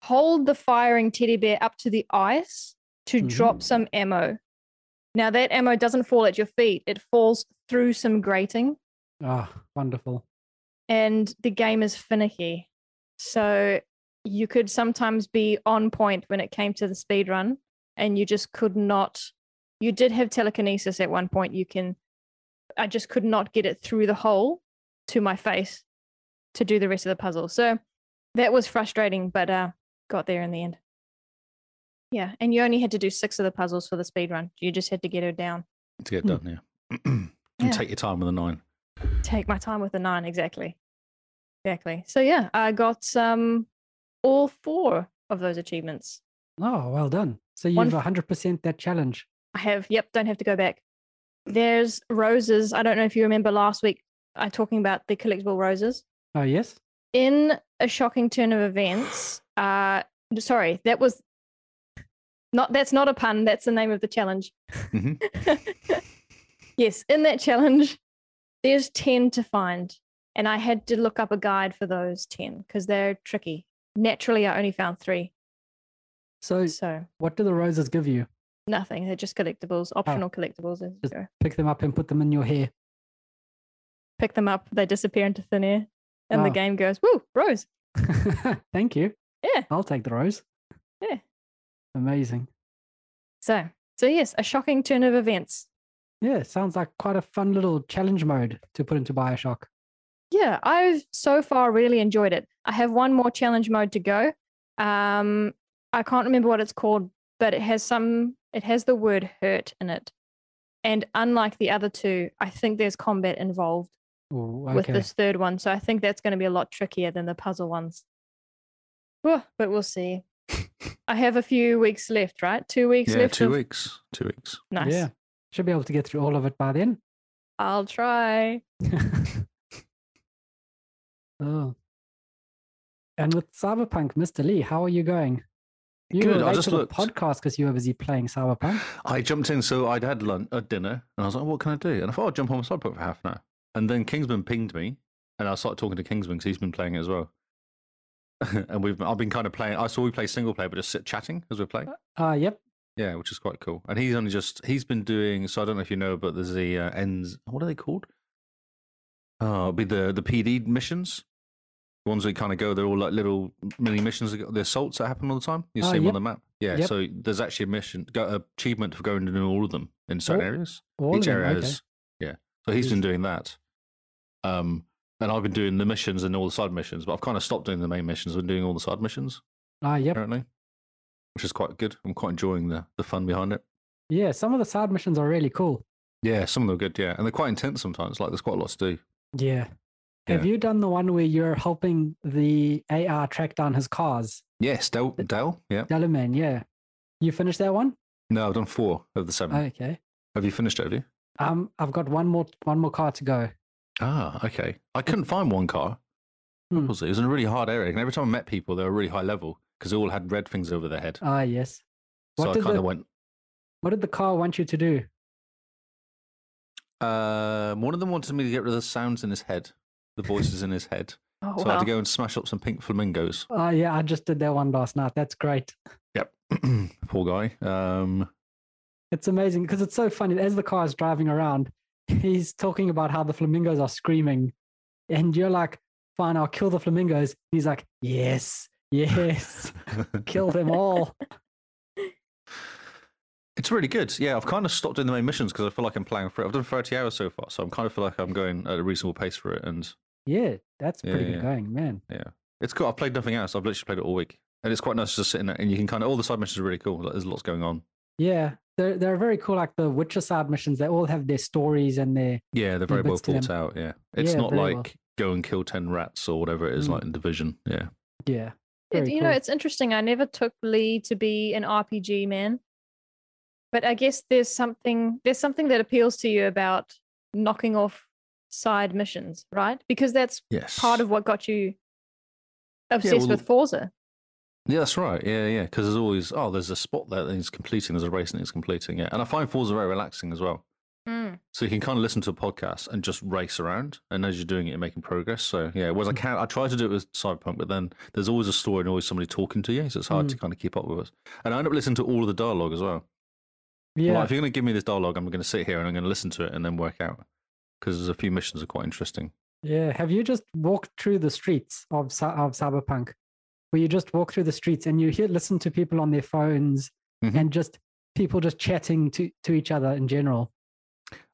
Speaker 4: hold the firing teddy bear up to the ice to drop some ammo. Now, that ammo doesn't fall at your feet, it falls through some grating,
Speaker 2: Ah, wonderful.
Speaker 4: and the game is finicky. So, you could sometimes be on point when it came to the speed run, and you just could not. You did have telekinesis at one point. You can, I just could not get it through the hole to my face to do the rest of the puzzle. So that was frustrating, but uh, got there in the end. Yeah, and you only had to do six of the puzzles for the speed run. You just had to get her down.
Speaker 3: to get
Speaker 2: Hmm.
Speaker 3: done. Yeah, *clears throat* and
Speaker 4: Yeah.
Speaker 3: take your time with a nine.
Speaker 4: Take my time with the nine, exactly, exactly. So yeah, I got um all four of those achievements.
Speaker 2: Oh, well done. So you've
Speaker 4: One f-
Speaker 2: 100% that challenge.
Speaker 4: I have. Yep, don't have to go back. There's roses. I don't know if you remember last week I talking about the collectible roses.
Speaker 2: Oh, yes?
Speaker 4: In a shocking turn of events, uh sorry, that was not that's not a pun, that's the name of the challenge.
Speaker 3: Mhm.
Speaker 4: *laughs* yes, in that challenge, there's 10 to find. And I had to look up a guide for those 10 because they're tricky. Naturally, I only found three.
Speaker 2: So
Speaker 4: So
Speaker 2: what do the roses give you?
Speaker 4: nothing. They're just collectibles, optional collectibles. as you
Speaker 2: Just
Speaker 4: go.
Speaker 2: Pick them up and put them in your hair. *laughs*
Speaker 4: pick them up, they disappear into thin air, and the
Speaker 2: Wow.
Speaker 4: game goes, woo, rose.
Speaker 2: Thank you.
Speaker 4: Yeah.
Speaker 2: I'll take the rose.
Speaker 4: Yeah.
Speaker 2: Amazing.
Speaker 4: So, so yes, a shocking turn of events.
Speaker 2: Yeah, sounds like quite a fun little challenge mode to put into Bioshock.
Speaker 4: Yeah, I've so far really enjoyed it. I have one more challenge mode to go. Um, I can't remember what it's called, but it has some, it has the word hurt in it. And unlike the other two, I think there's combat involved
Speaker 2: Ooh,
Speaker 4: with
Speaker 2: okay.
Speaker 4: this third one. So I think that's going to be a lot trickier than the puzzle ones. Whew, but
Speaker 3: *laughs*
Speaker 4: we'll see. I have a few weeks left, right? Two weeks
Speaker 3: Yeah,
Speaker 4: left.
Speaker 3: two
Speaker 4: of-
Speaker 3: weeks. Two weeks.
Speaker 4: Nice.
Speaker 2: Yeah. Should be able to get through all of it by then. *laughs*
Speaker 4: I'll try.
Speaker 2: oh. And with Cyberpunk, Mr. Lee, how are you going? You
Speaker 3: Good,
Speaker 2: were
Speaker 3: I
Speaker 2: late
Speaker 3: just
Speaker 2: to the
Speaker 3: looked.
Speaker 2: podcast because you were busy playing Cyberpunk.
Speaker 3: I jumped in, so I'd had lunch, uh, dinner, and I was like, "What can I do?" And I thought I'd jump on my side for half an hour. And then Kingsman pinged me, and I started talking to Kingsman because he's been playing it as well. *laughs* and we've I've been kind of playing. I saw we play single player, but just sit chatting as we're playing.
Speaker 2: Uh, yep.
Speaker 3: Yeah, which is quite cool. And he's only just he's been doing. So I don't know if you know, but there's the uh, ends. What are they called? Oh, it'd be the the PD missions. The ones that kind of go, they're all like little mini missions. that go- The assaults that happen all the time. You
Speaker 2: Oh,
Speaker 3: see them
Speaker 2: yep.
Speaker 3: on the map. Yeah.
Speaker 2: Yep.
Speaker 3: So there's actually a mission, got an achievement for going to do all of them in certain
Speaker 2: Oh,
Speaker 3: areas.
Speaker 2: All of
Speaker 3: Each
Speaker 2: them,
Speaker 3: area
Speaker 2: okay.
Speaker 3: has. Yeah. So he's been doing that. Um, and I've been doing the missions and all the side missions, but I've kind of stopped doing the main missions. I've been doing all the side missions
Speaker 2: Ah, yep.
Speaker 3: apparently, which is quite good. I'm quite enjoying the the fun behind it.
Speaker 2: Yeah, some of the side missions are really cool.
Speaker 3: Yeah, some of them are good. Yeah, and they're quite intense sometimes. Like there's quite a lot to do.
Speaker 2: Yeah. Have you done the one where you're helping the AR track down his cars?
Speaker 3: Yes, Dell. Dell. Yeah.
Speaker 2: Delaman, yeah. You finished that one?
Speaker 3: No, I've done four of the seven.
Speaker 2: Okay.
Speaker 3: Have you finished it? Have you?
Speaker 2: Um, I've got one more one more car to go.
Speaker 3: Ah, okay. I couldn't find one car.
Speaker 2: Hmm.
Speaker 3: What was it? It was in a really hard area, and every time I met people, they were really high level because they all had red things over their head.
Speaker 2: Ah, yes. What
Speaker 3: so I
Speaker 2: did
Speaker 3: kind
Speaker 2: the-
Speaker 3: of went.
Speaker 2: What did the car want you to do?
Speaker 3: Um, one of them wanted me to get rid of the sounds in his head, the voices in his *laughs* head.
Speaker 4: Oh,
Speaker 3: So I had
Speaker 4: wow.
Speaker 3: to go and smash up some pink flamingos. *clears throat*
Speaker 2: Oh yeah, I just did that one last night. That's great.
Speaker 3: Yep. Poor guy. Um, *laughs*
Speaker 2: It's amazing because it's so funny. As the car is driving around, *laughs* he's talking about how the flamingos are screaming, and you're like, "Fine, I'll kill the flamingos." And he's like, "Yes, yes, *laughs* kill them all."
Speaker 3: It's really good. Yeah, I've kind of stopped doing the main missions because I feel like I'm playing for it. I've done 30 hours so far, so I'm kind of feel like I'm going at a reasonable pace for it. And
Speaker 2: Yeah, that's pretty
Speaker 3: Yeah,
Speaker 2: good
Speaker 3: yeah.
Speaker 2: going, man.
Speaker 3: it's cool. I've played nothing else. I've literally played it all week. And it's quite nice just sitting there and you can kind of, all the side missions are really cool. Like, there's lots going on.
Speaker 2: Yeah, they're they're very cool. Like the Witcher side missions, they all have their stories and their
Speaker 3: Yeah, they're very well
Speaker 2: bits to them.
Speaker 3: thought out. Yeah. It's
Speaker 2: Yeah,
Speaker 3: not
Speaker 2: very
Speaker 3: like
Speaker 2: well.
Speaker 3: go and kill 10 rats or whatever it is
Speaker 2: Mm.
Speaker 3: like in Division. Yeah.
Speaker 2: yeah.
Speaker 4: It-
Speaker 2: Very
Speaker 4: you know,
Speaker 2: cool.
Speaker 4: it's interesting. I never took Lee to be an RPG man, but I guess there's something there's something that appeals to you about knocking off side missions, right? Because that's
Speaker 3: Yes.
Speaker 4: part of what got you obsessed
Speaker 3: well,
Speaker 4: with Forza.
Speaker 3: Yeah, that's right. Yeah, yeah. Because there's always oh, there's a spot there that he's completing. There's a race that he's completing. Yeah, and I find Forza very relaxing as well.
Speaker 4: Mm.
Speaker 3: So you can kind of listen to a podcast and just race around, and as you're doing it, you're making progress. So yeah, whereas I can, I try to do it with Cyberpunk, but then there's always a story and always somebody talking to you, so it's hard
Speaker 2: Mm.
Speaker 3: to kind of keep up with us. And I end up listening to all of the dialogue as well.
Speaker 2: Yeah.
Speaker 3: Like, if you're going to give me this dialogue, I'm going to sit here and I'm going to listen to it and then work out because there's a few missions that are quite interesting.
Speaker 2: Yeah. Have you just walked through the streets of Cy- of cyberpunk, where you just walk through the streets and you hear listen to people on their phones
Speaker 3: Mhm.
Speaker 2: and just people just chatting to to each other in general?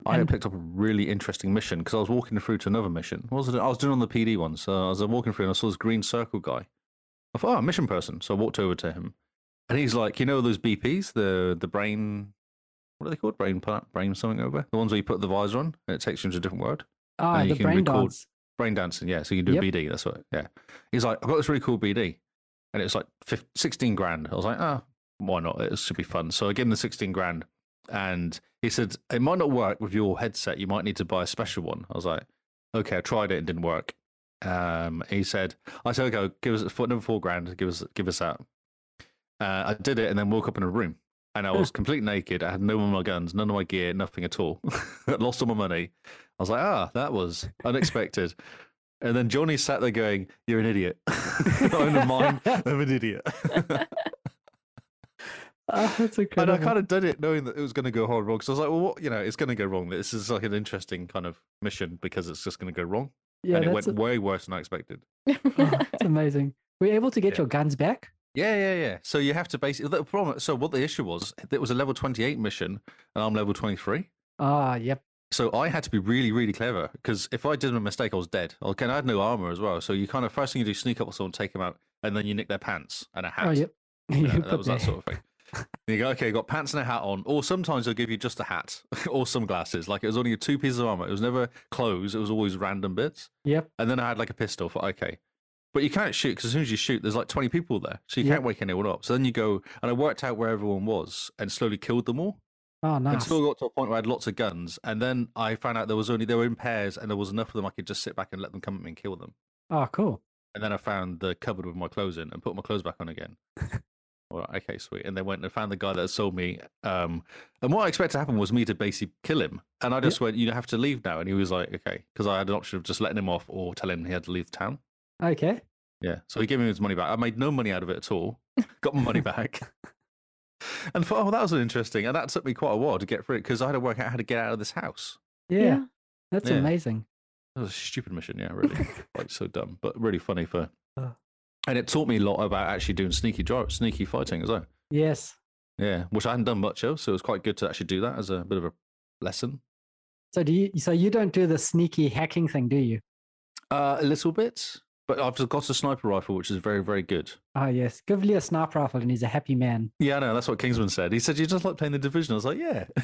Speaker 3: I
Speaker 2: And-
Speaker 3: picked up a really interesting mission because I was walking through to another mission. What was it? I was doing on the PD one, so I was uh, walking through and I saw this green circle guy. I thought, oh, mission person. So I walked over to him, and he's like, you know those BPs, the the brain, what are they called? Brain pla- brain something over the ones where you put the visor on and it takes you into a different world.
Speaker 2: Ah,
Speaker 3: you
Speaker 2: the
Speaker 3: can
Speaker 2: brain
Speaker 3: record-
Speaker 2: dance. *laughs*
Speaker 3: Brain dancing, yeah. So you can do
Speaker 2: Yep.
Speaker 3: BD. That's what. Yeah. He's like, I've got this really cool BD, and it was like 15, 16 grand. I was like, ah, why not? It should be fun. So I gave him the 16 grand. And he said, It might not work with your headset. You might need to buy a special one. I was like, Okay, I tried it. It didn't work. Um, he said, I said, Okay, give us for another four grand. Give us, give us that. Uh, I did it and then woke up in a room and I was completely naked. I had no of my guns, none of my gear, nothing at all. *laughs* Lost all my money. I was like, Ah, that was unexpected. and then Johnny sat there going, You're an idiot. *laughs* I'm a mind. I'm an idiot.
Speaker 2: Ah, that's
Speaker 3: and
Speaker 2: incredible.
Speaker 3: I kind of did it knowing that it was going to go hard wrong. So I was like, well, what, you know, it's going to go wrong. This is like an interesting kind of mission because it's just going to go wrong.
Speaker 2: yeah,
Speaker 3: and it
Speaker 2: that's,
Speaker 3: went way worse than I expected.
Speaker 4: *laughs*
Speaker 3: *laughs*
Speaker 2: oh, *laughs* that's amazing. Were you able to get
Speaker 3: Yeah.
Speaker 2: your guns back?
Speaker 3: Yeah, yeah, yeah. So you have to basically, the problem, so what the issue was, it was a level 28 mission and I'm level 23.
Speaker 2: Ah, yep.
Speaker 3: So I had to be really, really clever because if I did a mistake, I was dead. Okay, and I had no armor as well. So you kind of, first thing you do, is sneak up on someone, take them out, and then you nick their pants and a hat.
Speaker 2: Oh, yep. *laughs*
Speaker 3: you know,
Speaker 2: You
Speaker 3: *laughs* that
Speaker 2: put
Speaker 3: was that
Speaker 2: the-
Speaker 3: sort of thing. And you go, okay, got pants and a hat on, or sometimes they'll give you just a hat *laughs* or some glasses. Like it was only two pieces of armor. It was never clothes. It was always random bits.
Speaker 2: Yep.
Speaker 3: And then I had like a pistol for okay, but you can't shoot because as soon as you shoot, there's like twenty people there, so you
Speaker 2: Yeah.
Speaker 3: can't wake anyone up. So then you go, and I worked out where everyone was and slowly killed them all.
Speaker 2: Oh,
Speaker 3: And
Speaker 2: nice.
Speaker 3: still got to a point where I had lots of guns, and then I found out there was only they were in pairs, and there was enough of them I could just sit back and let them come at me and kill them.
Speaker 2: Oh, cool.
Speaker 3: And then I found the cupboard with my clothes in and put my clothes back on again. All right, okay, sweet. And they went and found the guy that had sold me. Um, and what I expected to happen was me to basically kill him. And I just went, you have to leave now. And he was like, okay, because I had an option of just letting him off or telling him he had to leave the town.
Speaker 2: Okay.
Speaker 3: Yeah. So he gave me his money back. I made no money out of it at all. Got my money back. *laughs* And thought, oh, that was interesting. And that took me quite a while to get through it because I had to work out how to get out of this house.
Speaker 2: Yeah. That's
Speaker 3: Yeah.
Speaker 2: amazing.
Speaker 3: That was a stupid mission, yeah, really. like so dumb, but really funny for.
Speaker 2: Uh.
Speaker 3: And it taught me a lot about actually doing sneaky drive, sneaky fighting as well.
Speaker 2: Yes.
Speaker 3: Yeah, which I hadn't done much of, so it was quite good to actually do that as a bit of a lesson.
Speaker 2: So do you? So you don't do the sneaky hacking thing, do you?
Speaker 3: Uh, a little bit, but I've just got a sniper rifle, which is very, very good.
Speaker 2: Ah, yes. Give Lee a sniper rifle, and he's a happy man.
Speaker 3: Yeah, I know. That's what Kingsman said. He said, You just like playing the division. I was like, Yeah. *laughs*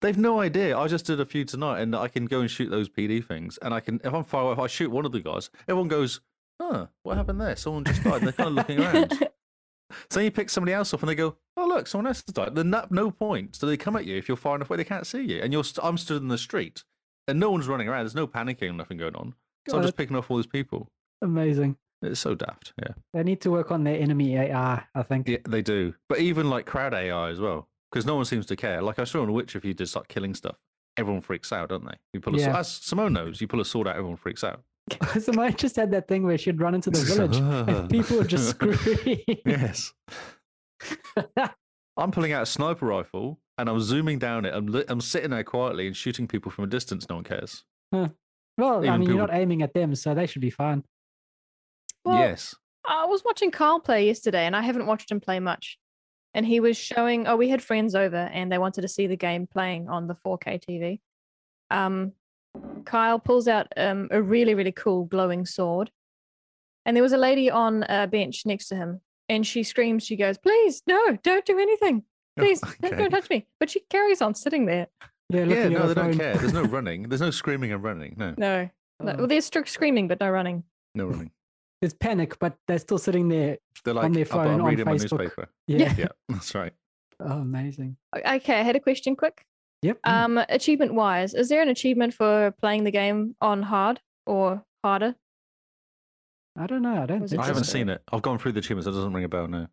Speaker 3: They've no idea. I just did a few tonight and I can go and shoot those PD things. And I can, if I'm far away, if I shoot one of the guys, everyone goes, Huh, what happened there? Someone just died. And they're kind of looking around. So you pick somebody else up, and they go, "Oh look, someone else has died." Then at no point do they come at you if you're far enough away. They can't see you, and you're st- I'm stood in the street, and no one's running around. There's no panicking, nothing going on. So I'm
Speaker 2: God,
Speaker 3: just picking off all these people.
Speaker 2: amazing.
Speaker 3: It's so daft. Yeah,
Speaker 2: They need to work on their enemy AI. I think.
Speaker 3: yeah, they do. But even like crowd AI as well, because no one seems to care. Like I saw on Witcher, if you just start killing stuff, everyone freaks out, don't they? You pull a
Speaker 2: Yeah.
Speaker 3: sword. As Simone knows, you pull a sword out, everyone freaks out.
Speaker 2: *laughs* so I just had that thing where she'd run
Speaker 3: *laughs*
Speaker 2: into the village and people would just scream. *laughs*
Speaker 3: Yes. I'm pulling out a sniper rifle and I'm zooming down it. I'm, li- I'm sitting there quietly and shooting people from a distance. No one cares.
Speaker 2: well, I
Speaker 3: Even
Speaker 2: mean, you're
Speaker 3: people-
Speaker 2: not aiming at them, so they should be fine. *laughs*
Speaker 4: Well,
Speaker 3: yes.
Speaker 4: I was watching Carl play yesterday and I haven't watched him play much. And he was showing, oh, we had friends over and they wanted to see the game playing on the 4K TV. Um, Kyle pulls out um, a really, really cool glowing sword. And there was a lady on a bench next to him and she screams, she goes, please, no, don't do anything.
Speaker 3: *laughs*
Speaker 4: Please, don't-
Speaker 3: Okay.
Speaker 4: don't touch me. But she carries on sitting there.
Speaker 2: They're
Speaker 3: Yeah,
Speaker 2: looking at
Speaker 3: no,
Speaker 2: her
Speaker 3: they don't
Speaker 2: phone.
Speaker 3: care.
Speaker 2: *laughs*
Speaker 3: There's no running. There's no screaming and running. No,
Speaker 4: No. no.
Speaker 2: Oh.
Speaker 4: Well, there's strict screaming, but no running.
Speaker 3: no running.
Speaker 2: There's panic, but they're still sitting there.
Speaker 3: They're like,
Speaker 2: On their
Speaker 3: "Oh, but
Speaker 2: phone,
Speaker 3: I'm
Speaker 2: on
Speaker 3: *laughs* reading my
Speaker 2: *laughs* Facebook."
Speaker 3: newspaper.
Speaker 2: Yeah.
Speaker 3: Yeah, that's right.
Speaker 2: Oh, amazing.
Speaker 4: O- Okay, I had a question quick.
Speaker 2: Yep.
Speaker 4: Um, achievement wise, is there an achievement for playing the game on hard or harder?
Speaker 2: I don't know. I don't
Speaker 4: was
Speaker 2: think
Speaker 4: it
Speaker 3: I
Speaker 2: so.
Speaker 3: haven't
Speaker 4: just-
Speaker 3: seen it. I've gone through the achievements. It doesn't ring a bell, no.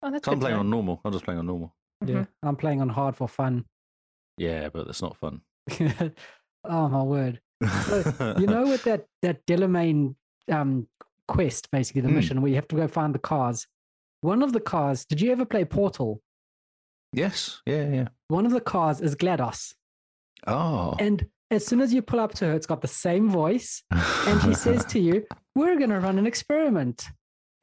Speaker 4: Oh, that's
Speaker 3: 'Cause I'm
Speaker 4: good to
Speaker 3: playing
Speaker 4: know.
Speaker 3: on normal. I'm just playing on normal.
Speaker 4: Uh-huh.
Speaker 2: Yeah. I'm playing on hard for fun. *laughs*
Speaker 3: Yeah, but that's not fun.
Speaker 2: oh my word. You know with that that Delamain um quest, basically the
Speaker 3: Mm.
Speaker 2: mission where you have to go find the cars. One of the cars, did you ever play Portal?
Speaker 3: *laughs* Yes. Yeah, yeah.
Speaker 2: One of the cars is GLaDOS.
Speaker 3: Oh.
Speaker 2: And as soon as you pull up to her, it's got the same voice. and she says to you, "We're going to run an experiment."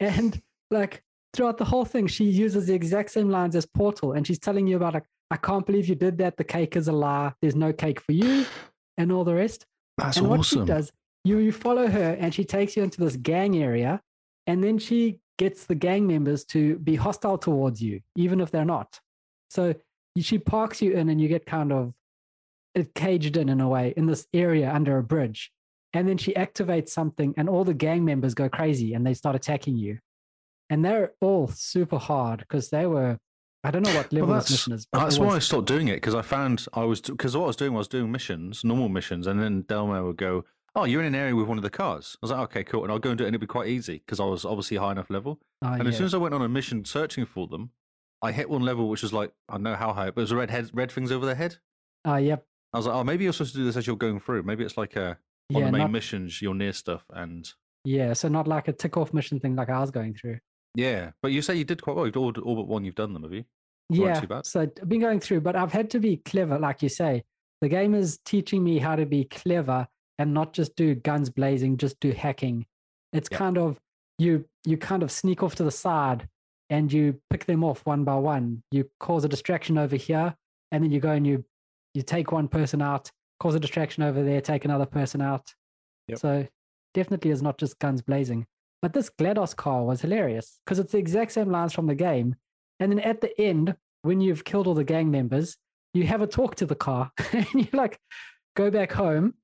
Speaker 2: And like throughout the whole thing, she uses the exact same lines as Portal, and she's telling you about like, "I can't believe you did that. The cake is a lie. There's no cake for you,"
Speaker 3: *gasps*
Speaker 2: and all the rest.
Speaker 3: *laughs* That's
Speaker 2: and what she
Speaker 3: awesome.
Speaker 2: does, you you follow her, and she takes you into this gang area, and then she gets the gang members to be hostile towards you, even if they're not. So she parks you in, and you get kind of uh, caged in in a way in this area under a bridge and then she activates something and all the gang members go crazy and they start attacking you and they're all super hard because they were i don't know what level this
Speaker 3: that's-
Speaker 2: mission is but it
Speaker 3: That's why I
Speaker 2: was-
Speaker 3: stopped doing it because I found I was because what I was doing was I was doing missions, normal missions, and then Delmar would go, "Oh, you're in an area with one of the cars." I was like, "Okay, cool," and I'll go and do it, and it'd be quite easy because I was obviously high enough level.
Speaker 2: Oh,
Speaker 3: and as
Speaker 2: yeah.
Speaker 3: soon as I went on a mission searching for them, I hit one level which was like I don't know how high, but it was red head, red things over their head.
Speaker 2: Oh, yep
Speaker 3: I was like, "Oh, maybe you're supposed to do this as you're going through. Maybe it's like a on
Speaker 2: yeah
Speaker 3: the main
Speaker 2: not,
Speaker 3: missions, you're near stuff." And
Speaker 2: yeah so not like a tick off mission thing like i was going through
Speaker 3: yeah, but you say you did quite well. You've all, all but one you've done them, have you? They weren't
Speaker 2: yeah
Speaker 3: too bad.
Speaker 2: so i've been going through but i've had to be clever like you say the game is teaching me how to be clever and not just do guns blazing just do hacking it's
Speaker 3: Yeah.
Speaker 2: kind of you you kind of sneak off to the side and you pick them off one by one you cause a distraction over here and then you go and you you take one person out cause a distraction over there take another person out
Speaker 3: Yep.
Speaker 2: so definitely is not just guns blazing but this glados car was hilarious because it's the exact same lines from the game and then at the end when you've killed all the gang members, you have a talk to the car *laughs* and you like go back home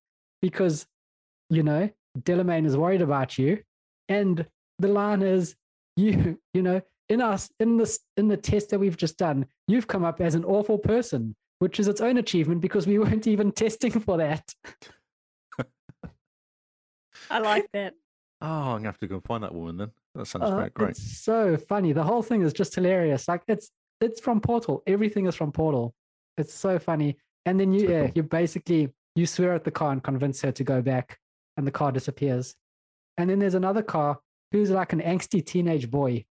Speaker 2: because, you know, Delamain is worried about you. And the line is, you, *laughs* you know, in us, in this, in the test that we've just done, you've come up as an awful person, which is its own achievement because we *laughs* weren't even testing for that.
Speaker 4: I like that.
Speaker 3: Oh, I'm gonna have to go and find that woman then. That sounds
Speaker 2: Uh, *laughs*
Speaker 3: great. Great.
Speaker 2: It's so funny. The whole thing is just hilarious. Like it's it's from Portal. Everything is from Portal. It's so funny. And then you
Speaker 3: So
Speaker 2: yeah,
Speaker 3: cool.
Speaker 2: you basically you swear at the car and convince her to go back, and the car disappears. And then there's another car who's like an angsty teenage boy,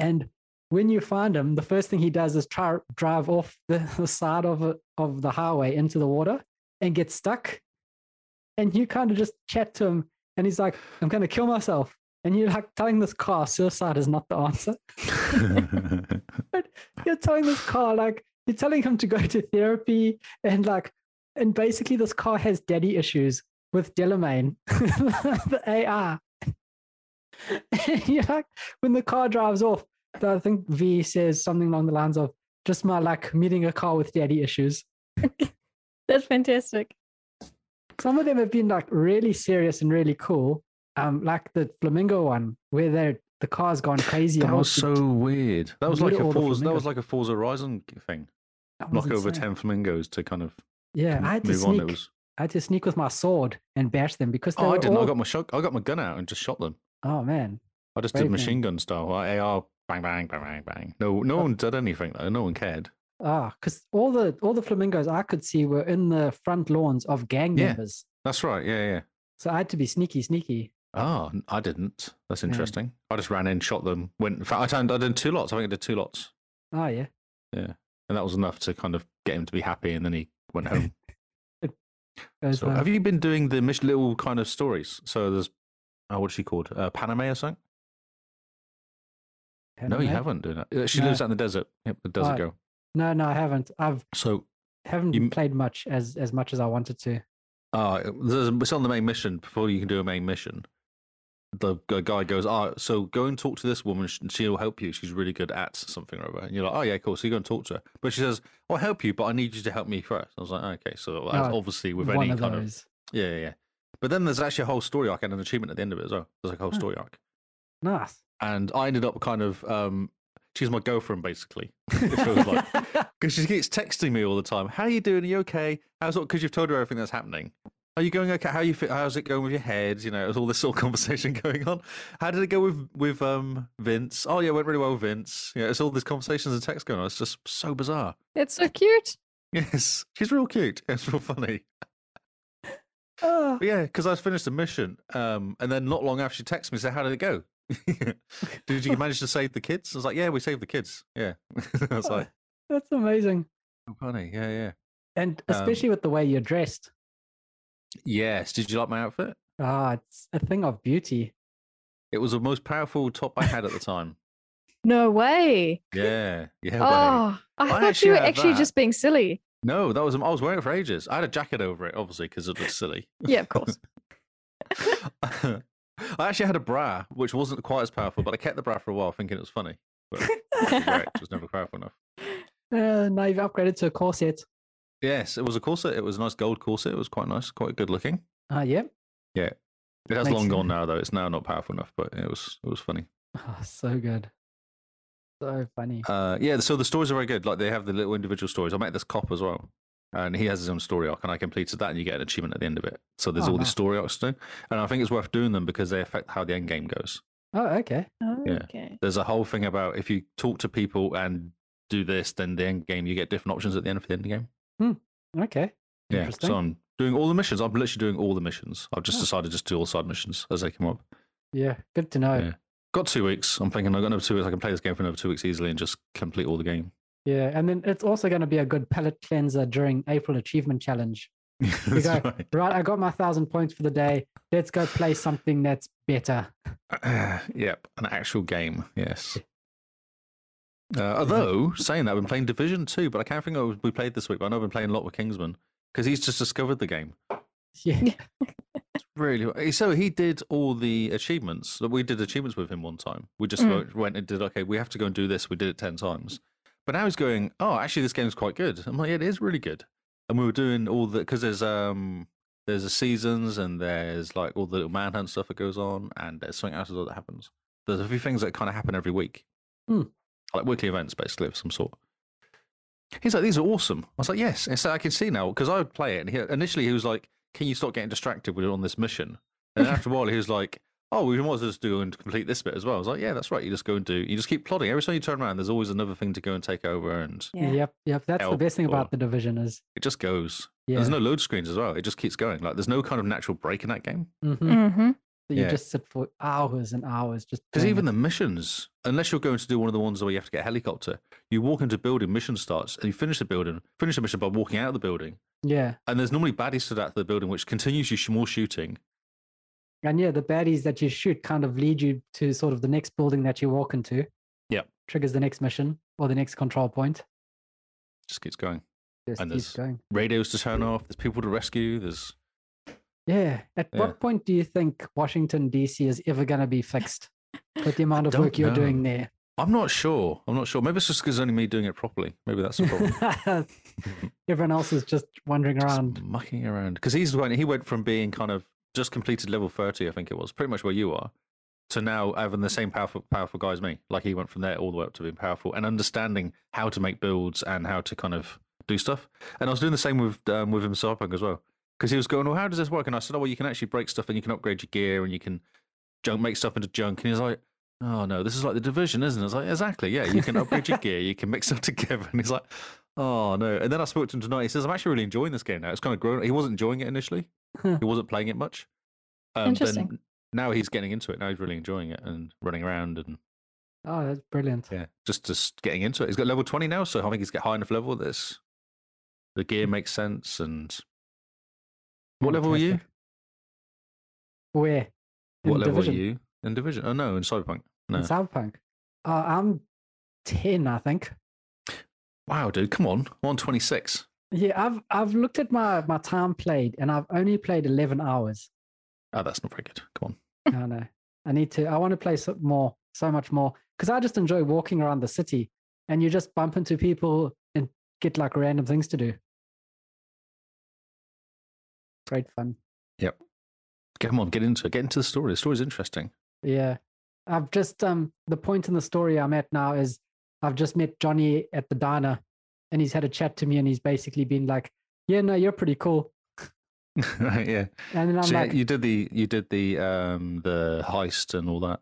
Speaker 2: and when you find him, the first thing he does is try drive off the, *laughs* the side of a- of the highway into the water and get stuck. And you kind of just chat to him, and he's like, "I'm going to kill myself." And you're like telling this car suicide is not the answer. You're telling this car like you're telling him to go to therapy and like and basically this car has daddy issues with Delamain, *laughs* the AR. And *laughs* you're like, when the car drives off, I think V says something along the lines of just my luck meeting a car with daddy issues.
Speaker 4: *laughs* That's fantastic.
Speaker 2: some of them have been like really serious and really cool. Um, like the flamingo one, where they the car's gone crazy.
Speaker 3: That
Speaker 2: and
Speaker 3: was
Speaker 2: wants
Speaker 3: so
Speaker 2: to-
Speaker 3: weird. That was
Speaker 2: Look
Speaker 3: like
Speaker 2: at
Speaker 3: a
Speaker 2: all the
Speaker 3: Forza, that was
Speaker 2: flamingos.
Speaker 3: like a Forza Horizon thing.
Speaker 2: that was
Speaker 3: Knock over
Speaker 2: insane.
Speaker 3: ten flamingos to kind of
Speaker 2: Yeah,
Speaker 3: m-
Speaker 2: I had to
Speaker 3: move on.
Speaker 2: sneak.
Speaker 3: It was.
Speaker 2: I had to sneak with my sword and bash them because they
Speaker 3: Oh,
Speaker 2: were
Speaker 3: I didn't.
Speaker 2: all.
Speaker 3: I got my shot. I got my gun out and just shot them.
Speaker 2: Oh man,
Speaker 3: I just
Speaker 2: Brave
Speaker 3: did
Speaker 2: man.
Speaker 3: machine gun style. Like AR, bang, bang, bang, bang, bang. No, no
Speaker 2: Oh.
Speaker 3: one did anything though. No one cared.
Speaker 2: ah, because all the all the flamingos I could see were in the front lawns of gang
Speaker 3: Yeah.
Speaker 2: members.
Speaker 3: That's right. Yeah, yeah.
Speaker 2: So I had to be sneaky, sneaky.
Speaker 3: Oh, n- I didn't. That's
Speaker 2: Yeah.
Speaker 3: interesting. I just ran in, shot them. Went. In fact, I turned. I did two lots. I think I did two lots,
Speaker 2: Oh yeah,
Speaker 3: and that was enough to kind of get him to be happy. And then he went home.
Speaker 2: *laughs* goes
Speaker 3: So,
Speaker 2: home.
Speaker 3: have you been doing the mis- little kind of stories? So there's, oh, what's she called? Uh, Paname or something? No,
Speaker 2: Panama?
Speaker 3: you haven't done that. Uh, She
Speaker 2: No.
Speaker 3: lives out in the desert. Yep, the desert
Speaker 2: Oh.
Speaker 3: girl.
Speaker 2: No, no, I haven't. I've
Speaker 3: So
Speaker 2: haven't
Speaker 3: You m-
Speaker 2: played much as as much as I wanted to.
Speaker 3: uh, there's, it's on the main mission. Before you can do a main mission, the g- guy goes, oh, so go and talk to this woman. sh- She'll help you. She's really good at something or other. And you're like, oh, yeah, cool. So you go and talk to her. But she says, I'll help you, but I need you to help me first. I was like, okay. So that's
Speaker 2: Oh,
Speaker 3: obviously with
Speaker 2: One
Speaker 3: any
Speaker 2: of
Speaker 3: kind of
Speaker 2: those.
Speaker 3: Yeah, yeah, yeah. But then there's actually a whole story arc and an achievement at the end of it as well. There's like a whole
Speaker 2: Oh.
Speaker 3: story arc.
Speaker 2: Nice.
Speaker 3: and I ended up kind of um she's my girlfriend basically. It feels like
Speaker 2: *laughs*
Speaker 3: because she keeps texting me all the time. How are you doing? Are you okay? How's it? Because you've told her everything that's happening. Are you going okay? How you? Fi- how's it going with your head? You know, there's all this sort of *laughs* conversation going on. How did it go with with um Vince? Oh yeah, it went really well with Vince. Yeah, it's all these conversations and texts going on. It's just so bizarre. *laughs*
Speaker 4: It's so cute.
Speaker 3: Yes, she's real cute. *laughs* It's real funny.
Speaker 2: Ah,
Speaker 4: Oh.
Speaker 3: But yeah, because I finished the mission, um, and then not long after she texted me, said, "How did it go? *laughs* did you manage to save the kids?" I was like, "Yeah, we saved the kids." Yeah, *laughs* I was like,
Speaker 2: That's amazing.
Speaker 3: "Oh, "Funny, yeah, yeah."
Speaker 2: And
Speaker 3: Um,
Speaker 2: especially with the way you're dressed.
Speaker 3: Yes, did you like my outfit?
Speaker 2: Ah, it's a thing of beauty.
Speaker 3: It was the most powerful top I had at the time.
Speaker 4: No way.
Speaker 3: Yeah, yeah. buddy.
Speaker 4: Oh, I, thought
Speaker 3: actually
Speaker 4: you were
Speaker 3: had
Speaker 4: actually
Speaker 3: that.
Speaker 4: just
Speaker 3: *laughs*
Speaker 4: being silly.
Speaker 3: No, that was I was wearing it for ages. I had a jacket over it, obviously, because it looked silly. *laughs*
Speaker 4: Yeah, of course.
Speaker 3: I actually had a bra, which wasn't quite as powerful, but I kept the bra for a while, thinking it was funny. But it was
Speaker 4: *laughs*
Speaker 3: incorrect, it was never powerful enough.
Speaker 2: Uh, now you've upgraded to a corset.
Speaker 3: Yes, it was a corset. It was a nice gold corset. It was quite nice, quite good looking.
Speaker 2: Ah, yeah.
Speaker 3: It has
Speaker 2: Makes
Speaker 3: long gone
Speaker 2: sense.
Speaker 3: now, though. It's now not powerful enough, but it was it was funny.
Speaker 2: *laughs* Oh, so good. So funny.
Speaker 3: Uh, yeah, so the stories are very good. Like they have the little individual stories. I met this cop as well, and he has his own story arc, and I completed that, and you get an achievement at the end of it. So there's
Speaker 2: Oh,
Speaker 3: all these
Speaker 2: nice.
Speaker 3: story arcs too, and I think it's worth doing them because they affect how the end game goes.
Speaker 2: Oh, okay.
Speaker 3: Yeah.
Speaker 4: Okay.
Speaker 3: There's a whole thing about if you talk to people and do this, then the end game you get different options at the end of the end game.
Speaker 2: Okay.
Speaker 3: Yeah,
Speaker 2: Interesting.
Speaker 3: so I'm doing all the missions. I'm literally doing all the missions. I've just
Speaker 2: Oh.
Speaker 3: decided just to do all side missions as they come up.
Speaker 2: Yeah. Good to know.
Speaker 3: Yeah. Got two weeks. I'm thinking I've got another two weeks. I can play this game for another two weeks easily and just complete all the game. *laughs*
Speaker 2: Yeah, and then it's also going to be a good palate cleanser during April Achievement Challenge.
Speaker 3: That's
Speaker 2: go.
Speaker 3: right.
Speaker 2: Right, I got my thousand points for the day. Let's go play something that's better. *laughs*
Speaker 3: *clears throat* yep, an actual game. Yes. Uh, although saying that, I've been playing Division Two, but I can't think of we played this week. But I know I've been playing a lot with Kingsman because he's just discovered the game. *laughs*
Speaker 2: Yeah,
Speaker 3: Really, so he did all the achievements. So We did achievements with him one time. We just
Speaker 4: Mm.
Speaker 3: went- went and did okay. We have to go and do this. We did it ten times, but now he's going. Oh, actually, this game's quite good. I'm like, yeah, it is really good. And we were doing all the because there's um there's the seasons and there's like all the little manhunt stuff that goes on and there's something else as well that happens. There's a few things that kind of happen every week,
Speaker 2: Hmm.
Speaker 3: like weekly events basically of some sort. He's like, these are awesome. I was like, yes. And so I can see now because I would play it. And he, initially, he was like, can you stop getting distracted with on this mission? And then after a while, he was like, oh, we might as well just do and complete this bit as well. I was like, yeah, that's right. You just go and do. You just keep plodding. Every time you turn around, there's always another thing to go and take over, and
Speaker 4: Yeah.
Speaker 2: yep, yep. That's the
Speaker 3: Help
Speaker 2: best thing
Speaker 3: or-
Speaker 2: about the division is
Speaker 3: it just goes.
Speaker 2: yeah,
Speaker 3: There's no load screens as well. It just keeps going. Like there's no kind of natural break in that game. *laughs*
Speaker 2: mhm,
Speaker 4: Mm-hmm.
Speaker 2: that you
Speaker 3: yeah.
Speaker 2: just sit for hours and hours just
Speaker 3: Because
Speaker 2: doing
Speaker 3: even
Speaker 2: it.
Speaker 3: the missions, unless you're going to do one of the ones where you have to get a helicopter, you walk into a building, mission starts, and you finish the building, finish the mission by walking out of the building.
Speaker 2: yeah,
Speaker 3: And there's normally baddies stood out to the building, which continues you sh- more shooting.
Speaker 2: and yeah, the baddies that you shoot kind of lead you to sort of the next building that you walk into.
Speaker 3: Yep.
Speaker 2: triggers the next mission or the next control point.
Speaker 3: Just keeps going.
Speaker 2: Just
Speaker 3: And
Speaker 2: keeps
Speaker 3: there's-
Speaker 2: going.
Speaker 3: Radios to turn off. There's people to rescue. There's
Speaker 2: Yeah. At
Speaker 3: Yeah.
Speaker 2: what point do you think Washington D.C. is ever going to be fixed with
Speaker 3: *laughs*
Speaker 2: the amount of
Speaker 3: don't
Speaker 2: work you're doing
Speaker 3: know.
Speaker 2: there?
Speaker 3: I'm not sure. I'm not sure. Maybe it's just because only me doing it properly. Maybe that's the problem.
Speaker 2: *laughs* Everyone else is just wandering
Speaker 3: Just
Speaker 2: around.
Speaker 3: mucking around because he's the one. He went from being kind of just completed level thirty, I think it was, pretty much where you are, to now having the same powerful powerful guy as me. Like he went from there all the way up to being powerful and understanding how to make builds and how to kind of do stuff. And I was doing the same with um, with him Cyberpunk as well because he was going, "Well, how does this work?" And I said, "Oh, well, you can actually break stuff and you can upgrade your gear and you can junk make stuff into junk." And he's like. Oh no, this is like the division, isn't it? I was like, exactly, yeah. You can upgrade your gear, you can mix them *laughs* together. And he's like, Oh no! And then I spoke to him tonight. He says, "I'm actually really enjoying this game now. It's kind of grown. He wasn't enjoying it initially.
Speaker 2: Huh.
Speaker 3: he wasn't playing it much. Um, then
Speaker 4: Interesting.
Speaker 3: now he's getting into it. Now he's really enjoying it and running around and
Speaker 2: Oh, that's brilliant.
Speaker 3: yeah, just just getting into it. He's got level twenty now, so I think he's got high enough level. This the gear makes sense. And what level were you?
Speaker 2: Fantastic. Where?
Speaker 3: what
Speaker 2: In
Speaker 3: level
Speaker 2: Division?
Speaker 3: were you in Division? Oh no, in Cyberpunk.
Speaker 2: In
Speaker 3: No.
Speaker 2: Cyberpunk. Uh, I'm 10, I think.
Speaker 3: Wow, dude, come on! I'm on twenty six.
Speaker 2: Yeah, I've I've looked at my, my time played and I've only played 11 hours.
Speaker 3: Oh, that's not very good. Come on.
Speaker 2: No, no. I need to. I want to play so, more, so much more, because I just enjoy walking around the city, and you just bump into people and get like random things to do. Great fun.
Speaker 3: Come on, get into it. Get into the story. The story's interesting.
Speaker 2: Yeah, I've just um the point in the story I'm at now is I've just met Johnny at the diner and he's had a chat to me and he's basically been like, yeah, no, you're pretty cool.
Speaker 3: *laughs* Right, yeah.
Speaker 2: And then I'm
Speaker 3: So yeah,
Speaker 2: like,
Speaker 3: you did the you did the um the heist and all that.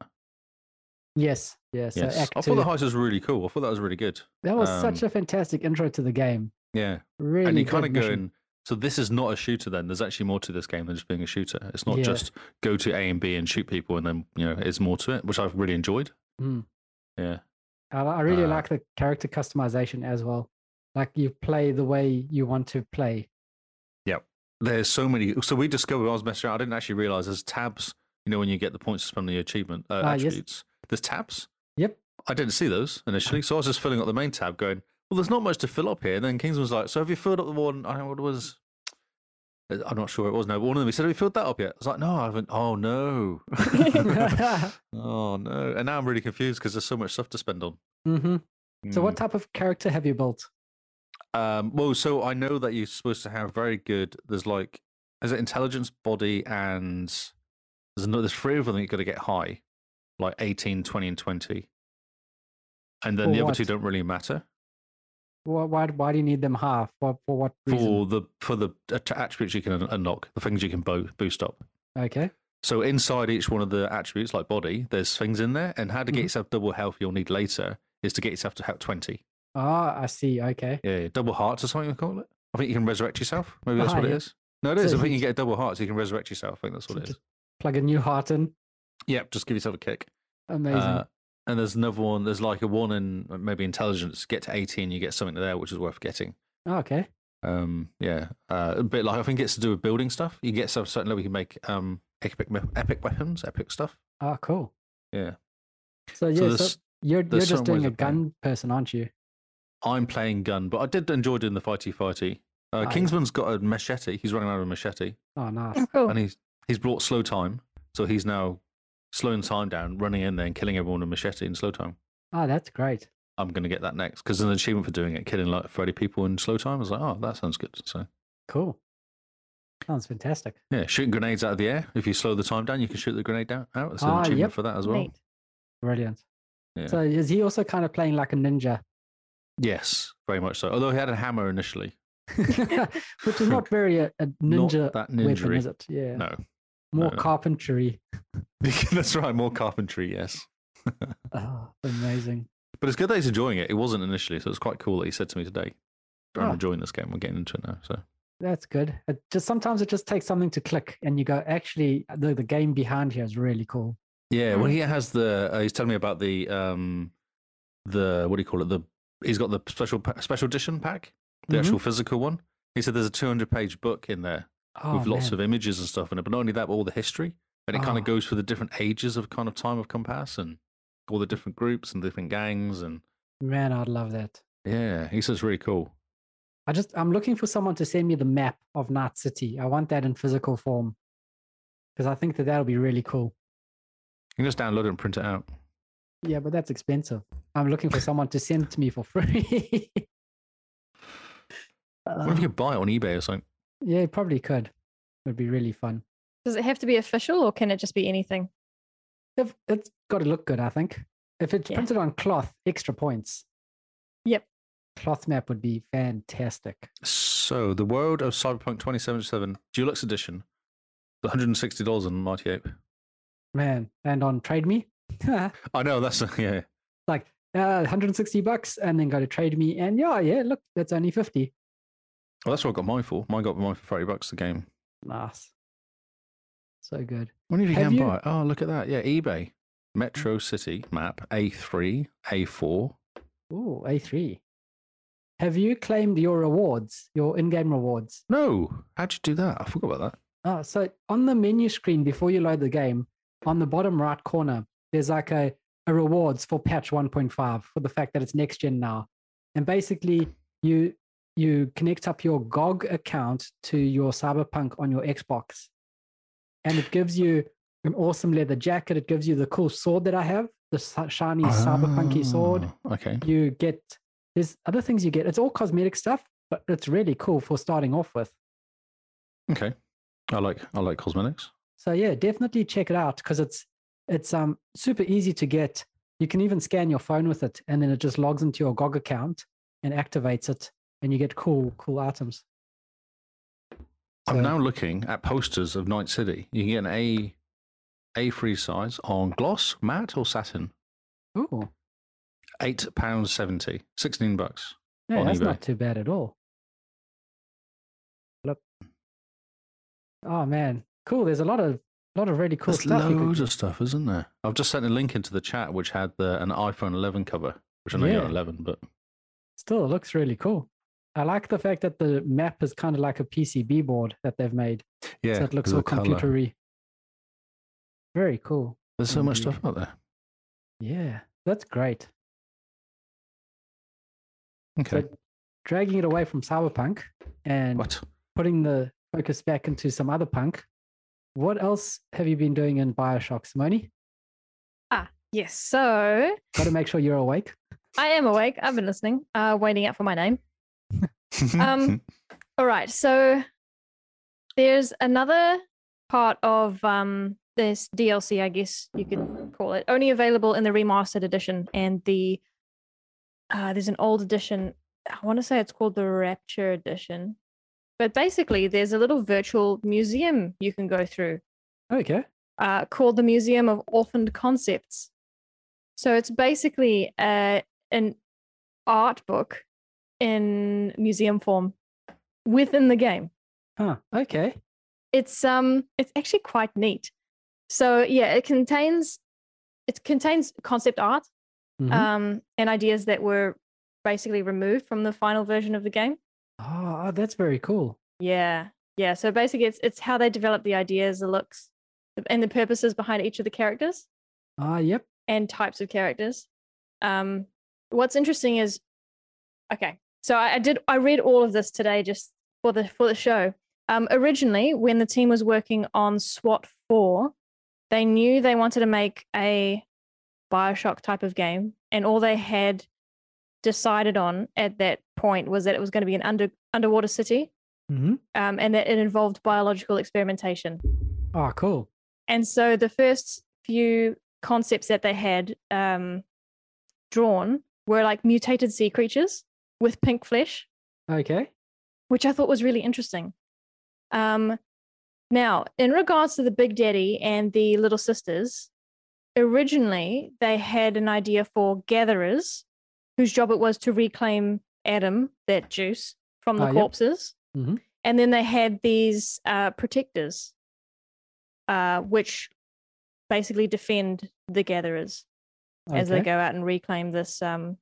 Speaker 2: yes, yes. So
Speaker 3: yes.
Speaker 2: act
Speaker 3: I thought the
Speaker 2: two.
Speaker 3: heist was really cool. I thought that was really good.
Speaker 2: that was such
Speaker 3: um,
Speaker 2: a fantastic intro to the game.
Speaker 3: Yeah.
Speaker 2: Really
Speaker 3: and you
Speaker 2: good
Speaker 3: kind of go
Speaker 2: mission.
Speaker 3: in. So this is not a shooter. Then there's actually more to this game than just being a shooter. It's not
Speaker 2: Yeah.
Speaker 3: just go to A and B and shoot people, and then you know it's more to it, which I've really enjoyed.
Speaker 2: Mm.
Speaker 3: Yeah.
Speaker 2: I, I really
Speaker 3: Uh,
Speaker 2: like the character customization as well. Like you play the way you want to play. *laughs*
Speaker 3: There's so many. So we discovered when I was messing around. I didn't actually realize there's tabs. You know when you get the points to spend on the achievement uh,
Speaker 2: Ah, yes.
Speaker 3: attributes. There's tabs.
Speaker 2: Yep.
Speaker 3: I didn't see those initially, so I was just filling up the main tab, going, "Well, there's not much to fill up here." And then Kingsman was like, "So have you filled up the one? I don't know what it was. Uh, I'm not sure what it was. No, but one of them. He said, "Have you filled that up yet?" I was like, "No, I haven't."
Speaker 2: *laughs*
Speaker 3: Oh no. *laughs*
Speaker 2: Mm-hmm.
Speaker 3: oh no. And now I'm really confused because there's so much stuff to spend on.
Speaker 2: hmm So,
Speaker 3: Mm.
Speaker 2: what type of character have you built?
Speaker 3: Um, well, so I know that you're supposed to have very good. There's like, is it intelligence, body, and there's another. There's three of them that you've got to get high, like 18, 20, and 20. And then
Speaker 2: For
Speaker 3: the other
Speaker 2: what?
Speaker 3: two don't really matter
Speaker 2: Why, why, why do you need them half? For, for what reason?
Speaker 3: for the for the att- attributes you can un- unlock, the things you can bo- boost up.
Speaker 2: Okay.
Speaker 3: So inside each one of the attributes, like body, there's things in there, and how to get
Speaker 2: Mhm.
Speaker 3: yourself double health you'll need later is to get yourself to health 20.
Speaker 2: Ah, I see. Okay.
Speaker 3: Yeah, yeah, double hearts or something they call it. I think you can resurrect yourself. Maybe that's
Speaker 2: Ah,
Speaker 3: what it
Speaker 2: yeah.
Speaker 3: is. No, it is.
Speaker 2: So
Speaker 3: I
Speaker 2: you
Speaker 3: think you
Speaker 2: just-
Speaker 3: get a double heart, so you can resurrect yourself. I think that's what
Speaker 2: So
Speaker 3: it is.
Speaker 2: just Plug a new heart in.
Speaker 3: Yep, just give yourself a kick.
Speaker 2: Amazing.
Speaker 3: Uh, and there's another one. There's like a one in uh, maybe intelligence. Get to 18, you get something there which is worth getting.
Speaker 2: Ah, okay.
Speaker 3: Um, yeah, uh, a bit like I think it's to do with building stuff. You get some certain level, you can make um epic me- epic weapons, epic stuff.
Speaker 2: Ah, cool.
Speaker 3: Yeah.
Speaker 2: So,
Speaker 3: so
Speaker 2: yeah, so
Speaker 3: there's
Speaker 2: you're, you're
Speaker 3: there's
Speaker 2: just
Speaker 3: certain ways
Speaker 2: doing a
Speaker 3: of playing.
Speaker 2: gun person, aren't you?
Speaker 3: I'm playing gun, but I did enjoy doing the fighty fighty. Uh,
Speaker 2: yeah.
Speaker 3: Kingsman's got a machete. He's running around with a machete.
Speaker 2: Oh, nice.
Speaker 4: Oh, cool.
Speaker 3: and he's he's brought slow time, so he's now slowing time down, running in there and killing everyone with machete in slow time.
Speaker 2: Ah, that's great.
Speaker 3: I'm going to get that next because an achievement for doing it, killing like 30 people in slow time. I was like, oh, that sounds good. So
Speaker 2: Cool. Sounds fantastic.
Speaker 3: yeah, shooting grenades out of the air. If you slow the time down, you can shoot the grenade down out. It's an
Speaker 2: Ah,
Speaker 3: achievement
Speaker 2: yep.
Speaker 3: for that as well.
Speaker 4: Neat.
Speaker 2: Brilliant.
Speaker 3: Yeah.
Speaker 2: So, is he also kind of playing like a ninja?
Speaker 3: Yes, very much so. Although he had a hammer initially,
Speaker 2: *laughs* Which is not very a, a ninja
Speaker 3: *laughs* not that
Speaker 2: weapon, is
Speaker 3: ninja.
Speaker 2: it? Yeah.
Speaker 3: No, *laughs*
Speaker 2: More
Speaker 3: no, no.
Speaker 2: carpentry.
Speaker 3: that's right. More carpentry, yes.
Speaker 2: Oh, amazing.
Speaker 3: But it's good that he's enjoying it. It wasn't initially, so it's quite cool that he said to me today, "I'm
Speaker 2: Ah.
Speaker 3: enjoying this game. We're getting into it now." So
Speaker 2: That's good. It just sometimes it just takes something to click and you go, actually, the, the game behind here is really cool.
Speaker 3: Yeah,
Speaker 2: Hmm.
Speaker 3: well, he has the. Uh, he's telling me about the um, the what do you call it? The he's got the special pa- special edition pack, the
Speaker 2: Mhm.
Speaker 3: actual physical one. He said there's a 200 page book in there
Speaker 2: Oh,
Speaker 3: with lots
Speaker 2: man.
Speaker 3: of images and stuff in it, but not only that, but all the history, and it kind
Speaker 2: Ah.
Speaker 3: of goes for the different ages of kind of time of compass and all the different groups and different gangs and
Speaker 2: Man, I'd love that.
Speaker 3: yeah, he says it's really cool.
Speaker 2: I just I'm looking for someone to send me the map of Night City. I want that in physical form because I think that that'll be really cool.
Speaker 3: You can just download it and print it out.
Speaker 2: Yeah, but that's expensive. I'm looking for someone to send to me for free. *laughs*
Speaker 3: What if
Speaker 2: Uh,
Speaker 3: you could buy it on eBay or something?
Speaker 2: yeah, you probably could. It would be really fun.
Speaker 4: Does it have to be official or can it just be anything?
Speaker 2: If it's got to look good, I think. If it's
Speaker 4: Yeah.
Speaker 2: printed on cloth, extra points.
Speaker 4: Yep.
Speaker 2: Cloth map would be fantastic.
Speaker 3: So, the world of Cyberpunk 2077 Deluxe Edition, $160 on Mighty Ape.
Speaker 2: Man, and on Trade Me, *laughs* like
Speaker 3: I know that's *laughs* yeah.
Speaker 2: uh, 160 bucks, and then go to Trade Me, and yeah, yeah, look, that's only 50.
Speaker 3: Well, that's what I got mine for. Mine got mine for thirty bucks the game.
Speaker 2: Nice. So good.
Speaker 3: Wonder if you
Speaker 2: Have
Speaker 3: can
Speaker 2: you-
Speaker 3: buy. it. Oh, look at that! Yeah, eBay, Metro City map, A three, A four.
Speaker 2: Ooh, A3. Have you claimed your rewards, your in game rewards?
Speaker 3: No, how'd you do that? I forgot about that.
Speaker 2: Oh, so on the menu screen before you load the game, on the bottom right corner, there's like a, a rewards for patch 1.5 for the fact that it's next gen now. And basically, you you connect up your GOG account to your Cyberpunk on your Xbox, and it gives you an awesome leather jacket. It gives you the cool sword that I have, the si- shiny Cyberpunky sword.
Speaker 3: Ah, Okay.
Speaker 2: You get there's other things you get. It's all cosmetic stuff, but it's really cool for starting off with.
Speaker 3: Okay. I like I like cosmetics.
Speaker 2: So yeah, definitely check it out because it's it's um super easy to get. You can even scan your phone with it, and then it just logs into your GOG account and activates it, and you get cool, cool items.
Speaker 3: I'm
Speaker 2: So-
Speaker 3: now looking at posters of Night City. You can get an A A3 size on gloss, matte, or satin. Oh,
Speaker 2: Ooh,
Speaker 3: Eight pounds seventy. Sixteen bucks.
Speaker 2: yeah,
Speaker 3: On
Speaker 2: that's
Speaker 3: eBay.
Speaker 2: not too bad at all. Look. Oh man, cool. There's a lot of lot of really cool
Speaker 3: There's
Speaker 2: stuff. you could
Speaker 3: loads
Speaker 2: do.
Speaker 3: of stuff, isn't there? I've just sent a link into the chat which had the, an iPhone 11 cover, which I know you're
Speaker 2: Yeah.
Speaker 3: on 11, but
Speaker 2: Still, it looks really cool. I like the fact that the map is kind of like a PCB board that they've made.
Speaker 3: yeah,
Speaker 2: so it looks
Speaker 3: there's
Speaker 2: all
Speaker 3: a colour.
Speaker 2: computery. Very cool.
Speaker 3: There's so much
Speaker 2: Indeed.
Speaker 3: stuff out there.
Speaker 2: Yeah, that's great.
Speaker 3: Okay.
Speaker 2: So dragging it away from cyberpunk and
Speaker 3: what?
Speaker 2: putting the focus back into some other punk. What else have you been doing in Bioshock, Simone?
Speaker 4: Yes. So
Speaker 2: Got to make sure you're awake.
Speaker 4: I am awake. I've been listening, uh, waiting out for my name. Um, All right. So there's another part of um, this DLC, I guess you could call it, only available in the remastered edition. And the uh, there's an old edition. I want to say it's called the Rapture Edition. But basically, there's a little virtual museum you can go through
Speaker 2: Okay.
Speaker 4: uh, called the Museum of Orphaned Concepts. So it's basically uh, an art book in museum form within the game.
Speaker 2: Huh. Okay.
Speaker 4: It's um, it's actually quite neat. So yeah, it contains it contains concept art
Speaker 3: Mm-hmm.
Speaker 2: Mhm.
Speaker 4: um, and ideas that were basically removed from the final version of the game.
Speaker 2: oh, oh, that's very cool.
Speaker 4: Yeah, yeah. So basically, it's it's how they develop the ideas, the looks, and the purposes behind each of the characters.
Speaker 2: Ah, yep.
Speaker 4: and types of characters. Um, what's interesting is, okay, so I, I did I read all of this today just for the for the show. Um, originally, when the team was working on SWAT Four, they knew they wanted to make a Bioshock type of game, and all they had decided on at that point was that it was going to be an under underwater city,
Speaker 2: Mm-hmm.
Speaker 4: um, and that it involved biological experimentation.
Speaker 2: Oh, cool.
Speaker 4: And so the first few concepts that they had um, drawn were like mutated sea creatures with pink flesh,
Speaker 2: Okay.
Speaker 4: which I thought was really interesting. Um, now, in regards to the Big Daddy and the Little Sisters, originally they had an idea for gatherers whose job it was to reclaim Adam, that juice, from the
Speaker 2: Ah, yep.
Speaker 4: corpses.
Speaker 2: Mhm.
Speaker 4: And then they had these uh, protectors, uh, which basically defend the gatherers as they
Speaker 2: Okay.
Speaker 4: go out and reclaim this um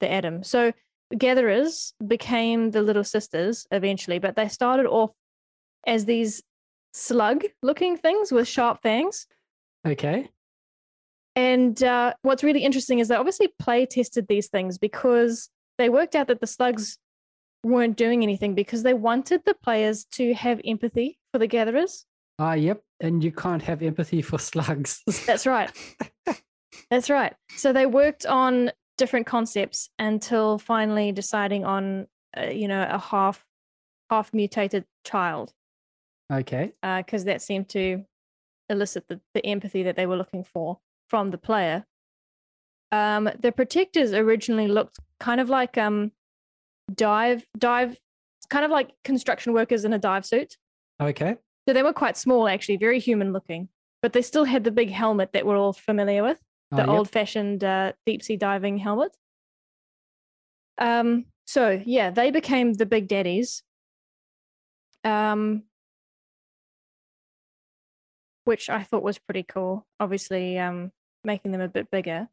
Speaker 4: the atom. So the gatherers became the little sisters eventually, but they started off as these slug looking things with sharp fangs.
Speaker 2: Okay.
Speaker 4: And uh, what's really interesting is they obviously play tested these things because they worked out that the slugs weren't doing anything because they wanted the players to have empathy for the gatherers.
Speaker 2: Ah, yep. And you can't have empathy for slugs.
Speaker 4: That's right. That's right. So they worked on different concepts until finally deciding on, uh, you know, a half half mutated child
Speaker 2: *laughs* okay.
Speaker 4: because that seemed to elicit the, the empathy that they were looking for from the player. Um, the protectors originally looked kind of like um, dive dive, kind of like construction workers in a dive suit.
Speaker 2: Okay.
Speaker 4: So they were quite small, actually, very human looking, but they still had the big helmet that we're all familiar with
Speaker 2: Ah,
Speaker 4: the
Speaker 2: yep.
Speaker 4: old fashioned uh, deep sea diving helmet. Um, so yeah, they became the big daddies. Um, which I thought was pretty cool. Obviously, um, making them a bit bigger.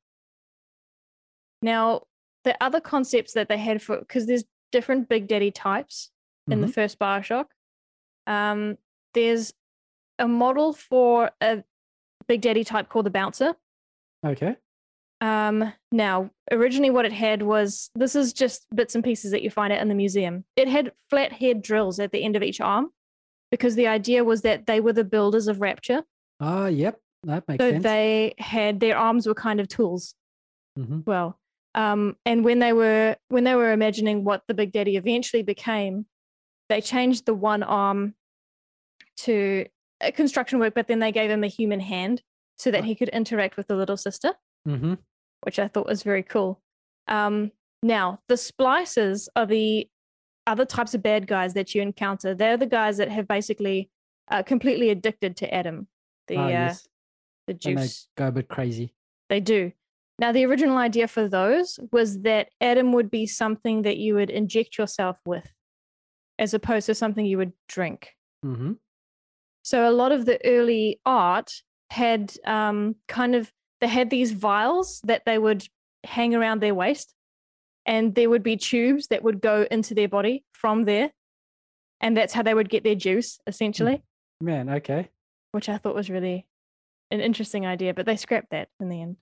Speaker 4: Now, the other concepts that they had for because there's different big daddy types in the
Speaker 2: Mhm.
Speaker 4: first Bioshock. Um, there's a model for a big daddy type called the bouncer.
Speaker 2: Okay.
Speaker 4: Um, now, originally, what it had was this is just bits and pieces that you find out in the museum. It had flat head drills at the end of each arm because the idea was that they were the builders of Rapture.
Speaker 2: Ah, yep. That makes
Speaker 4: so
Speaker 2: sense.
Speaker 4: they had their arms were kind of tools
Speaker 2: hmm
Speaker 4: as well. Um, and when they were when they were imagining what the Big Daddy eventually became, they changed the one arm to a construction work, but then they gave him a human hand so that he could interact with the little sister.
Speaker 2: hmm
Speaker 4: which I thought was very cool. Um, now, the splices are the other types of bad guys that you encounter. They're the guys that have basically uh, completely addicted to Adam, the
Speaker 2: Ah,
Speaker 4: uh,
Speaker 2: yes.
Speaker 4: the
Speaker 2: And they
Speaker 4: juice.
Speaker 2: go a bit crazy.
Speaker 4: They do. Now, the original idea for those was that Adam would be something that you would inject yourself with, as opposed to something you would drink.
Speaker 2: Mm-hmm.
Speaker 4: So a lot of the early art had um, kind of they had these vials that they would hang around their waist, and there would be tubes that would go into their body from there, and that's how they would get their juice essentially,
Speaker 2: Man, okay.
Speaker 4: which I thought was really an interesting idea. But they scrapped that in the end.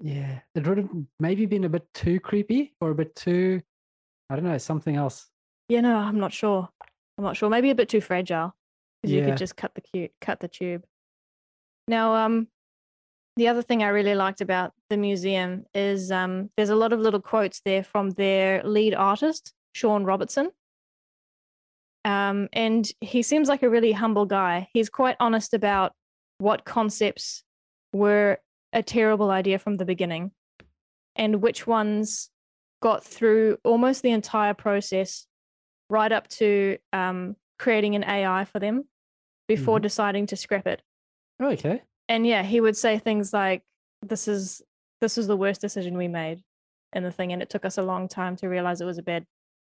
Speaker 2: Yeah. It would have maybe been a bit too creepy or a bit too, I don't know, something else.
Speaker 4: Yeah, no, I'm not sure. I'm not sure. Maybe a bit too fragile because you
Speaker 2: Yeah.
Speaker 4: could just cut the cu- cut the tube. Now, um, the other thing I really liked about the museum is um, there's a lot of little quotes there from their lead artist, Sean Robertson. Um, and he seems like a really humble guy. He's quite honest about what concepts were a terrible idea from the beginning and which ones got through almost the entire process right up to um, creating an AI for them before deciding to scrap it.
Speaker 2: Oh, okay.
Speaker 4: And yeah, he would say things like, "This is this is the worst decision we made in the thing, and it took us a long time to realize it was a bad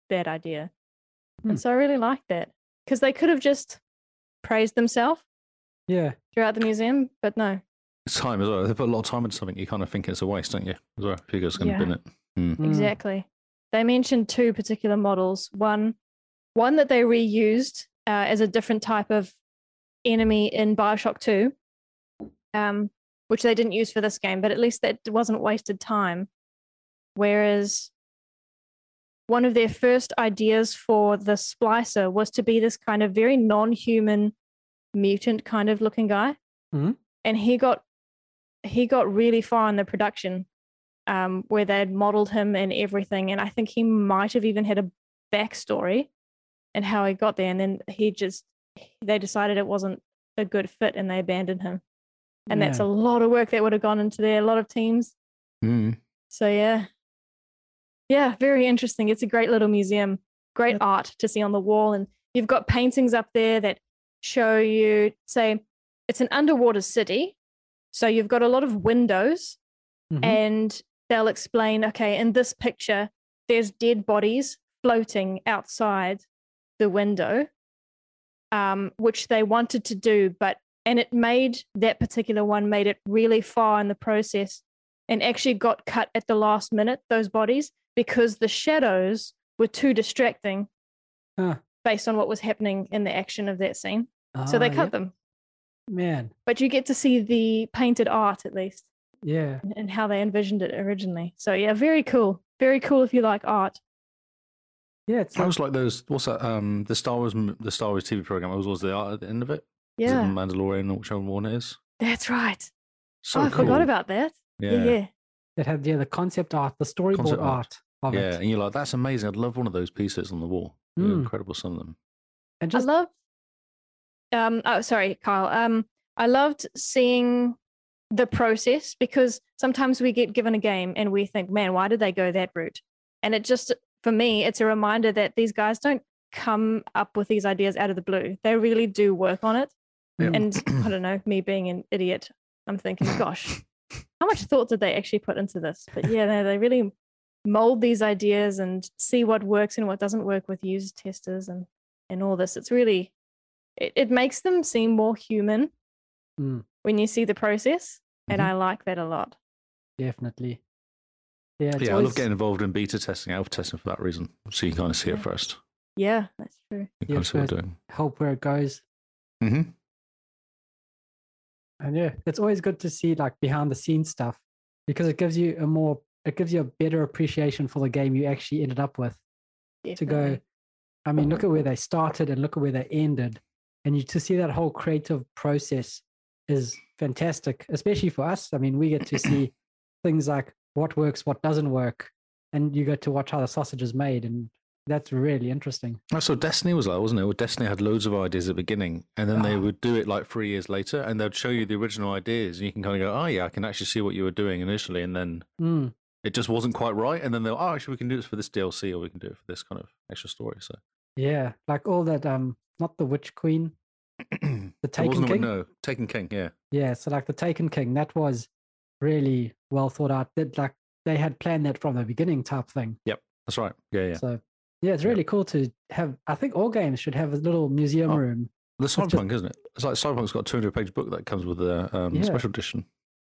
Speaker 4: bad idea."
Speaker 2: Hmm.
Speaker 4: And so I really liked that because they could have just praised themselves
Speaker 2: Yeah.
Speaker 4: throughout the museum, but no,
Speaker 3: *laughs* It's time as well. They put a lot of time into something. You kind of think it's a waste, don't you? As well, if you're just going to
Speaker 4: Yeah.
Speaker 3: bin it. Mm.
Speaker 2: Mm.
Speaker 4: Exactly. They mentioned two particular models. One, one that they reused uh, as a different type of enemy in Bioshock Two, um, which they didn't use for this game, but at least that wasn't wasted time. Whereas one of their first ideas for the splicer was to be this kind of very non-human mutant kind of looking guy,
Speaker 2: Mhm.
Speaker 4: and he got he got really far in the production um, where they'd modeled him and everything. And I think he might have even had a backstory and how he got there. And then he just, they decided it wasn't a good fit and they abandoned him. And that's a
Speaker 2: Yeah.
Speaker 4: lot of work that would have gone into there, a lot of teams.
Speaker 3: Mm.
Speaker 4: So, yeah. Yeah, very interesting. It's a great little museum, great
Speaker 2: Yep.
Speaker 4: art to see on the wall. And you've got paintings up there that show you, say, it's an underwater city. So you've got a lot of windows
Speaker 2: Mhm.
Speaker 4: and they'll explain okay in this picture there's dead bodies floating outside the window um, which they wanted to do but and it made that particular one made it really far in the process and actually got cut at the last minute those bodies because the shadows were too distracting
Speaker 2: Huh.
Speaker 4: based on what was happening in the action of that scene eh, so
Speaker 2: Ah,
Speaker 4: they cut
Speaker 2: yep.
Speaker 4: them
Speaker 2: Man.
Speaker 4: but you get to see the painted art at least
Speaker 2: Yeah.
Speaker 4: and- and how they envisioned it originally. So yeah, very cool. Very cool if you like art.
Speaker 2: Yeah. It's
Speaker 3: I
Speaker 2: like,
Speaker 3: was like those. What's that? Um, the Star Wars, m- the Star Wars TV program. I was always the art at the end of it. Is it
Speaker 4: Yeah,
Speaker 3: Mandalorian or whichever one it is.
Speaker 4: that's right.
Speaker 3: So
Speaker 4: oh, I
Speaker 3: cool.
Speaker 4: forgot about that. Yeah,
Speaker 3: Yeah,
Speaker 4: yeah.
Speaker 3: yeah.
Speaker 2: it had yeah, the concept art, the storyboard
Speaker 3: Concept
Speaker 2: art.
Speaker 3: art.
Speaker 2: of it.
Speaker 3: And you're like, that's amazing. I'd love one of those pieces on the wall. They're
Speaker 2: Mm.
Speaker 3: Incredible, some of them.
Speaker 2: And just
Speaker 4: I love. Um. Oh, sorry, Kyle. Um. I loved seeing the process because sometimes we get given a game and we think, man, why did they go that route? And it just for me, it's a reminder that these guys don't come up with these ideas out of the blue. They really do work on it.
Speaker 3: Yeah.
Speaker 4: And I don't know, me being an idiot, I'm thinking, gosh, how much thought did they actually put into this? But yeah, no, they really mold these ideas and see what works and what doesn't work with user testers and and all this. It's really it, it makes them seem more human
Speaker 2: Mm. Mm-hmm.
Speaker 4: when you see the process. And
Speaker 3: Mhm.
Speaker 4: I like that a lot.
Speaker 2: definitely. Yeah. It's
Speaker 3: yeah, I
Speaker 2: always,
Speaker 3: love getting involved in beta testing, alpha testing for that reason. So you kind of see it
Speaker 4: Yeah.
Speaker 3: first.
Speaker 4: Yeah, that's true.
Speaker 3: You
Speaker 2: Yeah,
Speaker 3: kind of see what we're doing.
Speaker 2: help where it goes.
Speaker 3: hmm
Speaker 2: And yeah, it's always good to see like behind the scenes stuff because it gives you a more it gives you a better appreciation for the game you actually ended up with. to go
Speaker 4: Definitely.
Speaker 2: i mean look at where they started and look at where they ended and you to see that whole creative process is fantastic especially for us i mean we get to see things like what works what doesn't work and you get to watch how the sausage is made and That's really interesting.
Speaker 3: That's so Destiny was like, wasn't it? Well, Destiny had loads of ideas at the beginning, and then they
Speaker 2: Ah.
Speaker 3: would do it like three years later, and they'd show you the original ideas, and you can kind of go, "Oh yeah, I can actually see what you were doing initially," and then
Speaker 2: Mm.
Speaker 3: it just wasn't quite right, and then they're, "Oh, actually, we can do this for this DLC, or we can do it for this kind of extra story." So
Speaker 2: Yeah, like all that. Um, not the Witch Queen, the
Speaker 3: it
Speaker 2: Taken
Speaker 3: wasn't
Speaker 2: King.
Speaker 3: no Taken King, yeah,
Speaker 2: Yeah, so like the Taken King, that was really well thought out. That like they had planned that from the beginning type thing.
Speaker 3: that's right, yeah, yeah.
Speaker 2: So yeah, it's
Speaker 3: Yep.
Speaker 2: really cool to have. I think all games should have a little museum
Speaker 3: Oh.
Speaker 2: room.
Speaker 3: the
Speaker 2: just-
Speaker 3: Cyberpunk, isn't it? It's like Cyberpunk's got a 200 page book that comes with the um,
Speaker 2: Yeah.
Speaker 3: special edition.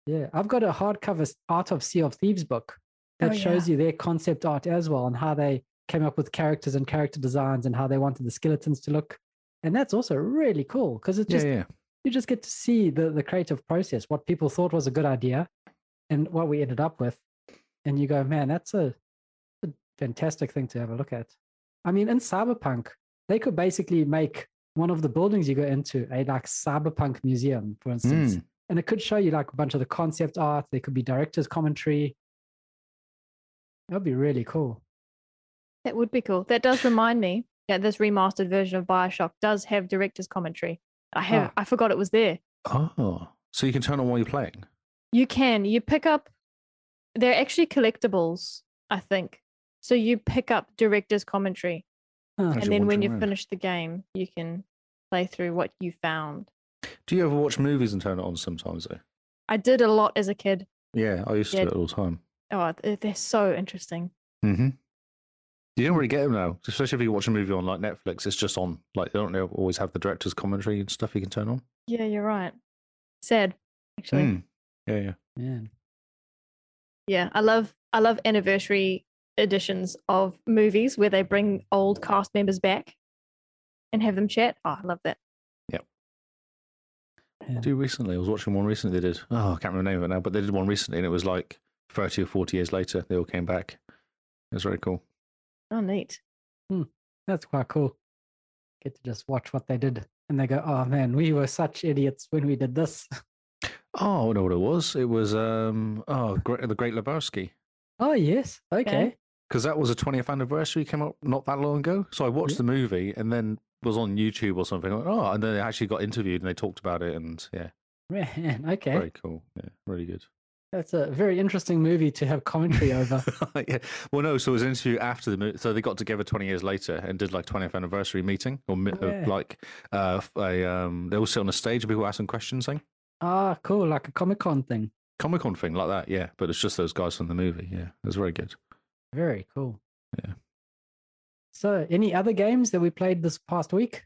Speaker 2: Yeah, I've got a hardcover s- Art of Sea of Thieves book
Speaker 4: Oh,
Speaker 2: that shows you their concept art as well and how they came up with characters and character designs and how they wanted the skeletons to look. And that's also really cool because it's just
Speaker 3: yeah, yeah.
Speaker 2: you just get to see the the creative process, what people thought was a good idea, and what we ended up with. And you go, man, that's a, a fantastic thing to have a look at. I mean, in Cyberpunk, they could basically make one of the buildings you go into a like cyberpunk museum, for instance,
Speaker 3: Mm.
Speaker 2: and it could show you like a bunch of the concept art. There could be director's commentary. That would be really cool.
Speaker 4: That would be cool. That does remind me that this remastered version of Bioshock does have director's commentary. I have
Speaker 2: Ah.
Speaker 4: I forgot it was there.
Speaker 3: Oh, so you can turn on while you're playing.
Speaker 4: You can. You pick up they're actually collectibles, I think. So you pick up director's commentary.
Speaker 2: Huh.
Speaker 3: As
Speaker 4: And
Speaker 3: you're
Speaker 4: then when
Speaker 3: wandering
Speaker 4: you
Speaker 3: around.
Speaker 4: finish the game, you can play through what you found.
Speaker 3: Do you ever watch movies and turn it on sometimes though?
Speaker 4: I did a lot as a kid.
Speaker 3: Yeah, I used to
Speaker 4: Yeah.
Speaker 3: do it all the time.
Speaker 4: Oh, th- they're so interesting.
Speaker 3: Mm-hmm. You don't really get them now, especially if you watch a movie on like Netflix. It's just on like they don't always have the director's commentary and stuff you can turn on.
Speaker 4: Yeah, you're right. Sad, actually.
Speaker 3: Mm. Yeah, yeah.
Speaker 2: Man.
Speaker 4: Yeah, I love I love anniversary editions of movies where they bring old cast members back and have them chat. Oh, I love that.
Speaker 2: Yeah.
Speaker 3: Do recently, I was watching one recently. They did. Oh, I can't remember the name of it now, but they did one recently, and it was like thirty or forty years later. They all came back. It was very cool.
Speaker 4: Oh, neat.
Speaker 2: That's quite cool. Get to just watch what they did. And they go, oh man, we were such idiots when we did this. *laughs*
Speaker 3: Oh, I know what it was. It was um oh Gre- the Great Lebowski
Speaker 2: Oh yes. Okay.
Speaker 3: because that was a twentieth anniversary came out not that long ago. So I watched
Speaker 2: Yeah.
Speaker 3: the movie and then was on YouTube or something. I went, oh, and then they actually got interviewed and they talked about it and yeah,
Speaker 2: Man, okay.
Speaker 3: very cool. Yeah, really good. *laughs*
Speaker 2: That's a very interesting movie to have commentary over.
Speaker 3: yeah. Well, no. So it was an interview after the movie. So they got together 20 years later and did like 20th anniversary meeting or mi- uh,
Speaker 2: Oh, Yeah.
Speaker 3: like uh, f- a, um, they all sit on a stage and people ask them questions, thing,
Speaker 2: ah, cool, like a Comic Con thing.
Speaker 3: Comic Con thing like that. Yeah. But it's just those guys from the movie. Yeah. It was very good. *clears throat*
Speaker 2: Very cool.
Speaker 3: Yeah.
Speaker 2: So any other games that we played this past week?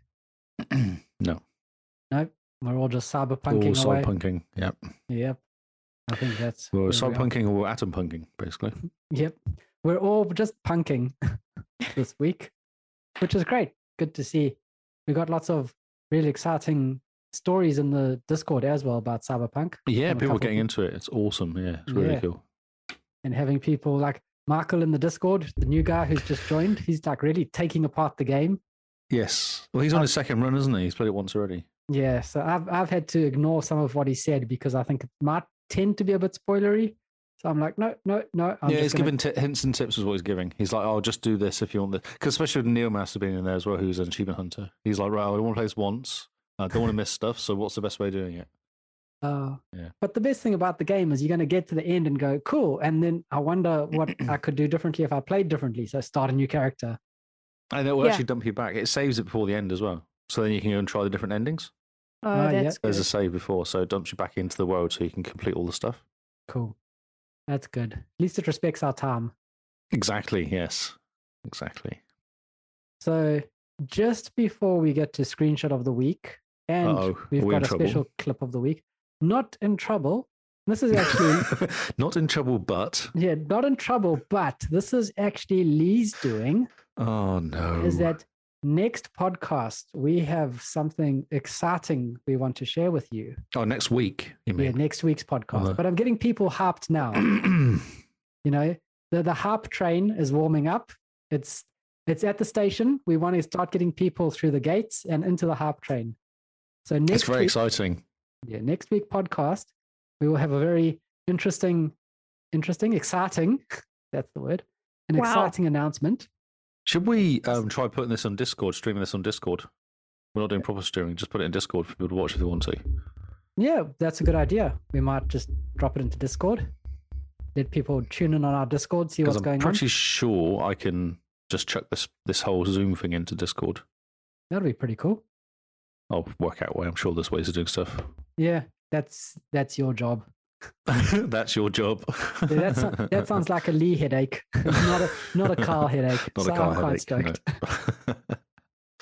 Speaker 3: no.
Speaker 2: We're all just
Speaker 3: All
Speaker 2: cyberpunking away.
Speaker 3: cyberpunking. Yeah.
Speaker 2: Yep. I think that's
Speaker 3: Well,
Speaker 2: where we are.
Speaker 3: cyberpunking or atom punking, basically.
Speaker 2: Yep. We're all just punking *laughs* this week, which is great. Good to see. We got lots of really exciting stories in the Discord as well about cyberpunk
Speaker 3: Yeah.
Speaker 2: From a
Speaker 3: People
Speaker 2: couple
Speaker 3: are getting into it. It's awesome. Yeah. It's really
Speaker 2: Yeah.
Speaker 3: cool.
Speaker 2: and having people like Michael in the Discord, the new guy who's just joined. He's like really taking apart the game.
Speaker 3: Yes. Well, he's on his second run, isn't he? He's played it once already.
Speaker 2: Yeah, so I've I've had to ignore some of what he said because I think it might tend to be a bit spoilery. So I'm like, no, no, no. I'm
Speaker 3: yeah,
Speaker 2: just
Speaker 3: he's
Speaker 2: gonna-
Speaker 3: giving t- hints and tips is what he's giving. He's like, "Oh, just do this if you want this," because especially with Neil Master being in there as well, who's an achievement hunter. He's like, "Right, I want to play this once. I don't want to miss stuff. So, what's the best way of doing it?"
Speaker 2: Uh,
Speaker 3: Yeah.
Speaker 2: But the best thing about the game is you're going to get to the end and go, cool. And then I
Speaker 3: *clears throat*
Speaker 2: wonder what I could do differently if I played differently. So start a new character.
Speaker 3: And it will
Speaker 4: Yeah.
Speaker 3: actually dump you back. It saves it before the end as well, so then you can go and try the different endings.
Speaker 4: Oh,
Speaker 2: Ah, yeah.
Speaker 4: that's
Speaker 3: There's
Speaker 4: good.
Speaker 3: a save before, so it dumps you back into the world, so you can complete all the stuff.
Speaker 2: Cool. That's good. At least it respects our time.
Speaker 3: Exactly. Yes. Exactly.
Speaker 2: So just before we get to screenshot of the week, and
Speaker 3: Uh-oh,
Speaker 2: we've
Speaker 3: are we
Speaker 2: got
Speaker 3: in
Speaker 2: a
Speaker 3: trouble?
Speaker 2: special clip of the week, not in trouble. This is
Speaker 3: *laughs*
Speaker 2: actually,
Speaker 3: Not in trouble, but
Speaker 2: yeah, not in trouble, but this is actually Lee's doing.
Speaker 3: oh no.
Speaker 2: is that next podcast we have something exciting we want to share with you
Speaker 3: oh next week? You
Speaker 2: yeah
Speaker 3: mean?
Speaker 2: next week's podcast
Speaker 3: Uh-huh.
Speaker 2: but i'm getting people hyped
Speaker 3: *clears throat*
Speaker 2: now you know the the hype train is warming up it's it's at the station we want to start getting people through the gates and into the hype train so next
Speaker 3: it's very
Speaker 2: week,
Speaker 3: exciting.
Speaker 2: yeah next week podcast we will have a very interesting interesting exciting *laughs* that's the word an
Speaker 4: Wow.
Speaker 2: exciting announcement
Speaker 3: Should we um, try putting this on Discord, streaming this on Discord? We're not doing proper streaming, just put it in Discord for people to watch if they want to.
Speaker 2: Yeah, that's a good idea. We might just drop it into Discord. Let people tune in on our Discord, see
Speaker 3: Because
Speaker 2: what's going
Speaker 3: I'm pretty sure I can just chuck this this whole Zoom thing into Discord.
Speaker 2: on. That'll be pretty cool.
Speaker 3: I'll work out a way. I'm sure there's ways of doing stuff. *laughs*
Speaker 2: Yeah, that's that's your job.
Speaker 3: that's your job.
Speaker 2: Yeah, that, so-
Speaker 3: *laughs*
Speaker 2: that sounds like a Lee headache, *laughs* not a not a Carl headache.
Speaker 3: Not
Speaker 2: so
Speaker 3: a car
Speaker 2: I'm quite
Speaker 3: headache,
Speaker 2: stoked.
Speaker 3: no.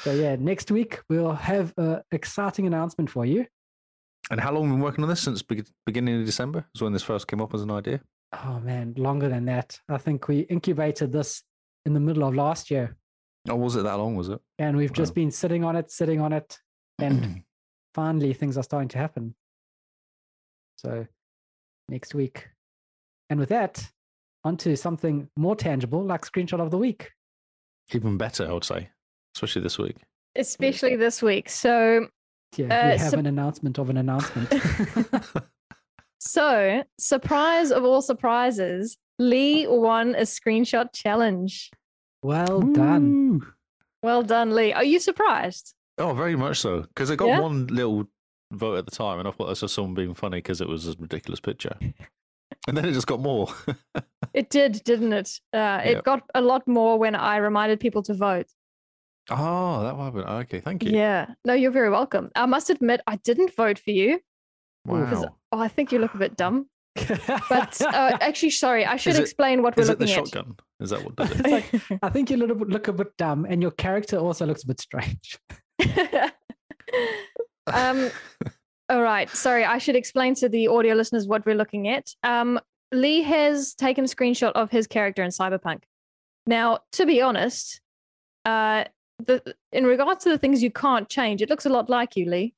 Speaker 2: So yeah, next week we'll have an exciting announcement for you.
Speaker 3: *laughs* and how long have we been working on this since be- beginning of December? Is when this first came up as an idea.
Speaker 2: Oh man, longer than that. I think we incubated this in the middle of last year,
Speaker 3: Oh, was it that long? Was it?
Speaker 2: and we've just
Speaker 3: Wow.
Speaker 2: been sitting on it, sitting on it,
Speaker 3: *clears throat*
Speaker 2: and finally things are starting to happen. So next week. And with that, onto something more tangible like screenshot of the week.
Speaker 3: even better, I would say, especially this week.
Speaker 4: especially this week. So,
Speaker 2: Yeah,
Speaker 4: Uh,
Speaker 2: we have
Speaker 4: sup-
Speaker 2: an announcement of an announcement.
Speaker 4: *laughs* so surprise of all surprises, Lee won a screenshot challenge.
Speaker 2: well done.
Speaker 3: Woo.
Speaker 4: Well done, Lee. Are you surprised?
Speaker 3: Oh, very much so. Because it got
Speaker 4: Yeah?
Speaker 3: one little vote at the time, and I thought that's just someone being funny because it was a ridiculous
Speaker 4: *laughs*
Speaker 3: picture. and then it just got more.
Speaker 4: It did, didn't it? Uh, it
Speaker 3: Yep.
Speaker 4: got a lot more when I reminded people to vote.
Speaker 3: oh, that happened. Okay, thank you.
Speaker 4: Yeah. No, you're very welcome. I must admit, I didn't vote for you.
Speaker 3: Wow.
Speaker 4: Oh, I think you look a bit dumb.
Speaker 3: *laughs*
Speaker 4: *laughs* But uh, actually, sorry, I should
Speaker 3: it-
Speaker 4: explain what we're
Speaker 3: Is it the
Speaker 4: looking at.
Speaker 3: shotgun? Is that what does it?
Speaker 4: *laughs*
Speaker 2: It's like, I think you look, look a bit dumb, and your character also looks a bit strange. *laughs*
Speaker 3: *laughs*
Speaker 4: um, all right. Sorry, I should explain to the audio listeners what we're looking at. Um, Lee has taken a screenshot of his character in Cyberpunk. Now, to be honest, uh, the, in regards to the things you can't change, it looks a lot like you, Lee.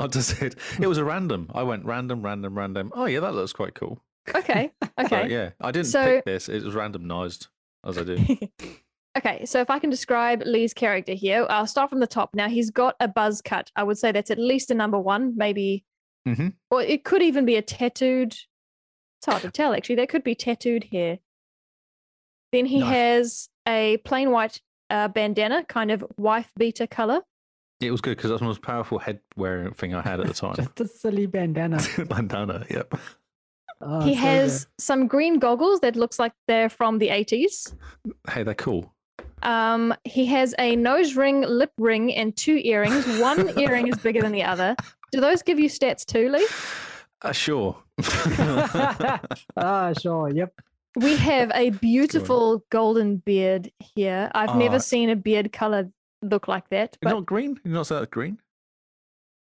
Speaker 3: I just said Oh, it was a random. I went random, random, random. Oh yeah, that looks quite cool. *laughs*
Speaker 4: Okay.
Speaker 3: But
Speaker 4: Okay.
Speaker 3: yeah, I didn't
Speaker 4: So-
Speaker 3: pick this. It was randomized as I do.
Speaker 4: *laughs* okay. So if I can describe Lee's character here, I'll start from the top. Now, he's got a buzz cut. I would say that's at least a number one, maybe
Speaker 3: hmm
Speaker 4: or it could even be a tattooed. It's hard to tell, actually. That could be tattooed hair. Then he
Speaker 3: Nice.
Speaker 4: has a plain white uh, bandana, kind of wife beater color.
Speaker 3: It was good because that's the most powerful head wearing thing I had
Speaker 4: *laughs*
Speaker 3: at the time. *laughs*
Speaker 2: Just a silly bandana.
Speaker 3: Bandana. Yep.
Speaker 2: Oh,
Speaker 4: he
Speaker 2: so
Speaker 4: has some green goggles that looks like they're from the 80s.
Speaker 3: Hey, they're cool.
Speaker 4: Um, he has a nose ring, lip ring, and two earrings.
Speaker 3: *laughs*
Speaker 4: One earring is bigger than the other. Do those give you stats too, Lee?
Speaker 3: Uh, sure.
Speaker 4: *laughs*
Speaker 2: good. *laughs* ah, sure. Yep.
Speaker 4: We have a beautiful golden beard here. I've never
Speaker 3: Ah.
Speaker 4: seen a beard color look like that. But
Speaker 3: not green? You not say that's green?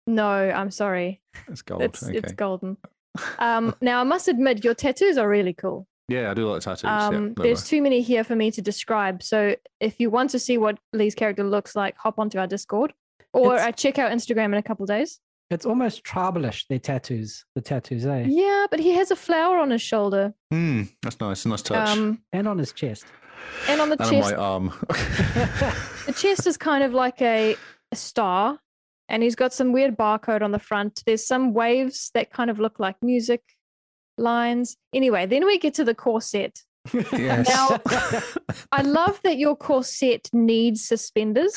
Speaker 4: no, I'm sorry.
Speaker 3: It's gold.
Speaker 4: It's
Speaker 3: Oh, okay.
Speaker 4: it's golden.
Speaker 3: *laughs*
Speaker 4: Um, now I must admit, your tattoos are really cool.
Speaker 3: yeah, I do like tattoos. yeah,
Speaker 4: Um,
Speaker 3: they
Speaker 4: there's
Speaker 3: were.
Speaker 4: too many here for me to describe. So if you want to see what Lee's character looks like, hop onto our Discord or
Speaker 2: It's-
Speaker 4: uh, check out Instagram in a couple days.
Speaker 2: It's almost tribalish, their tattoos, the tattoos, eh?
Speaker 4: Yeah, but he has a flower on his shoulder
Speaker 3: Hmm, that's nice. Nice touch.
Speaker 4: um,
Speaker 2: And on his chest.
Speaker 4: and on the
Speaker 3: and on
Speaker 4: chest.
Speaker 3: my arm. *laughs*
Speaker 4: The chest is kind of like a, a star, and he's got some weird barcode on the front. There's some waves that kind of look like music lines. Anyway, then we get to the corset.
Speaker 3: yes.
Speaker 4: I love that your corset needs suspenders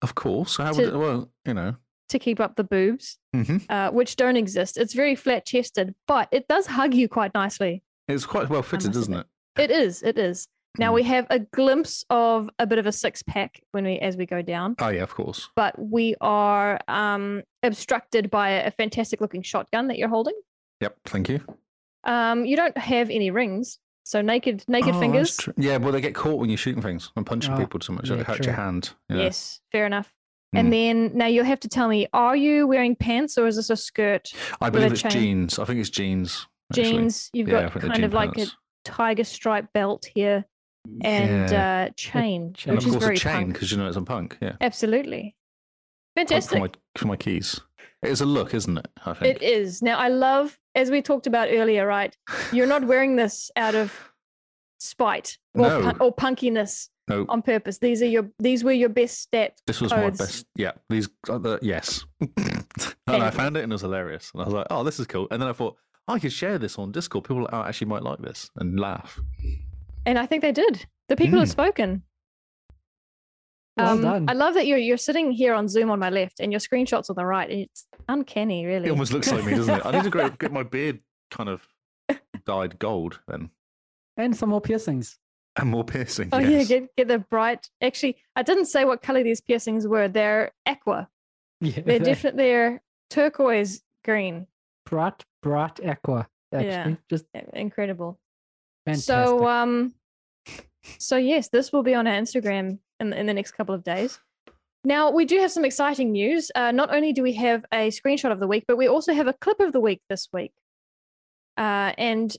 Speaker 3: of course. How
Speaker 4: To-
Speaker 3: would it, well, you know.
Speaker 4: to keep up the boobs,
Speaker 3: Mhm.
Speaker 4: uh, which don't exist. It's very flat chested, but it does hug you quite nicely.
Speaker 3: It's quite well fitted,
Speaker 4: must
Speaker 3: isn't
Speaker 4: admit.
Speaker 3: it?
Speaker 4: It is. It is. Now
Speaker 3: Mm.
Speaker 4: we have a glimpse of a bit of a six pack when we as we go down,
Speaker 3: Oh yeah, of course.
Speaker 4: but we are um, obstructed by a fantastic looking shotgun that you're holding.
Speaker 3: Yep. Thank you.
Speaker 4: Um, you don't have any rings, so naked naked
Speaker 3: Oh, that's
Speaker 4: fingers.
Speaker 3: true. Yeah, well, they get caught when you're shooting things and punching
Speaker 2: Ah,
Speaker 3: people too much.
Speaker 2: yeah,
Speaker 3: it hurts your
Speaker 2: true.
Speaker 3: hand. you know.
Speaker 4: Yes, fair enough. And
Speaker 3: Mm.
Speaker 4: then now you'll have to tell me: Are you wearing pants or is this a skirt?
Speaker 3: I
Speaker 4: with
Speaker 3: believe
Speaker 4: a
Speaker 3: it's
Speaker 4: chain.
Speaker 3: jeans. I think it's jeans. actually.
Speaker 4: jeans. You've
Speaker 3: Yeah, I
Speaker 4: got
Speaker 3: think they're
Speaker 4: kind
Speaker 3: jean
Speaker 4: of like
Speaker 3: pants.
Speaker 4: a tiger stripe belt here and
Speaker 3: Yeah.
Speaker 4: uh, chain,
Speaker 2: chain.
Speaker 3: and
Speaker 4: which
Speaker 3: of
Speaker 4: is
Speaker 3: course
Speaker 4: very
Speaker 3: a chain
Speaker 4: punk.
Speaker 3: because you know it's a punk. Yeah.
Speaker 4: Absolutely,
Speaker 3: Punk for
Speaker 4: fantastic.
Speaker 3: my for my keys. It's a look, isn't it? I think.
Speaker 4: It is now. I love, as we talked about earlier, right? You're not wearing this out of spite or,
Speaker 3: No.
Speaker 4: pun- or punkiness
Speaker 3: No,
Speaker 4: on purpose. These are your. These were your best steps.
Speaker 3: this was my
Speaker 4: clothes.
Speaker 3: best. Yeah, these. Uh, the, yes. *laughs* and I
Speaker 4: Thank you.
Speaker 3: found it and it was hilarious. And I was like, oh, this is cool. And then I thought I could share this on Discord. People out actually might like this and laugh.
Speaker 4: And I think they did. The people have
Speaker 3: Mm.
Speaker 4: spoken. Um,
Speaker 2: Well done.
Speaker 4: I love that you're you're sitting here on Zoom on my left and your screenshots on the right, and it's uncanny, really.
Speaker 3: It almost looks like me, doesn't it? I need to
Speaker 4: *laughs*
Speaker 3: go get my beard kind of dyed gold then,
Speaker 2: *laughs* And some more piercings.
Speaker 3: and more piercing.
Speaker 4: oh
Speaker 3: yes. *laughs*
Speaker 4: yeah, get get the bright. Actually, I didn't say what color these piercings were. They're aqua.
Speaker 2: Yeah.
Speaker 3: *laughs*
Speaker 4: They're
Speaker 2: *laughs*
Speaker 4: different. They're turquoise green.
Speaker 2: Brat, brat, aqua. Actually,
Speaker 4: Yeah.
Speaker 2: just
Speaker 4: Incredible.
Speaker 2: fantastic.
Speaker 4: So um so yes, this will be on our Instagram in the, in the next couple of days. Now we do have some exciting news. Uh, not only do we have a screenshot of the week, but we also have a clip of the week this week, uh, and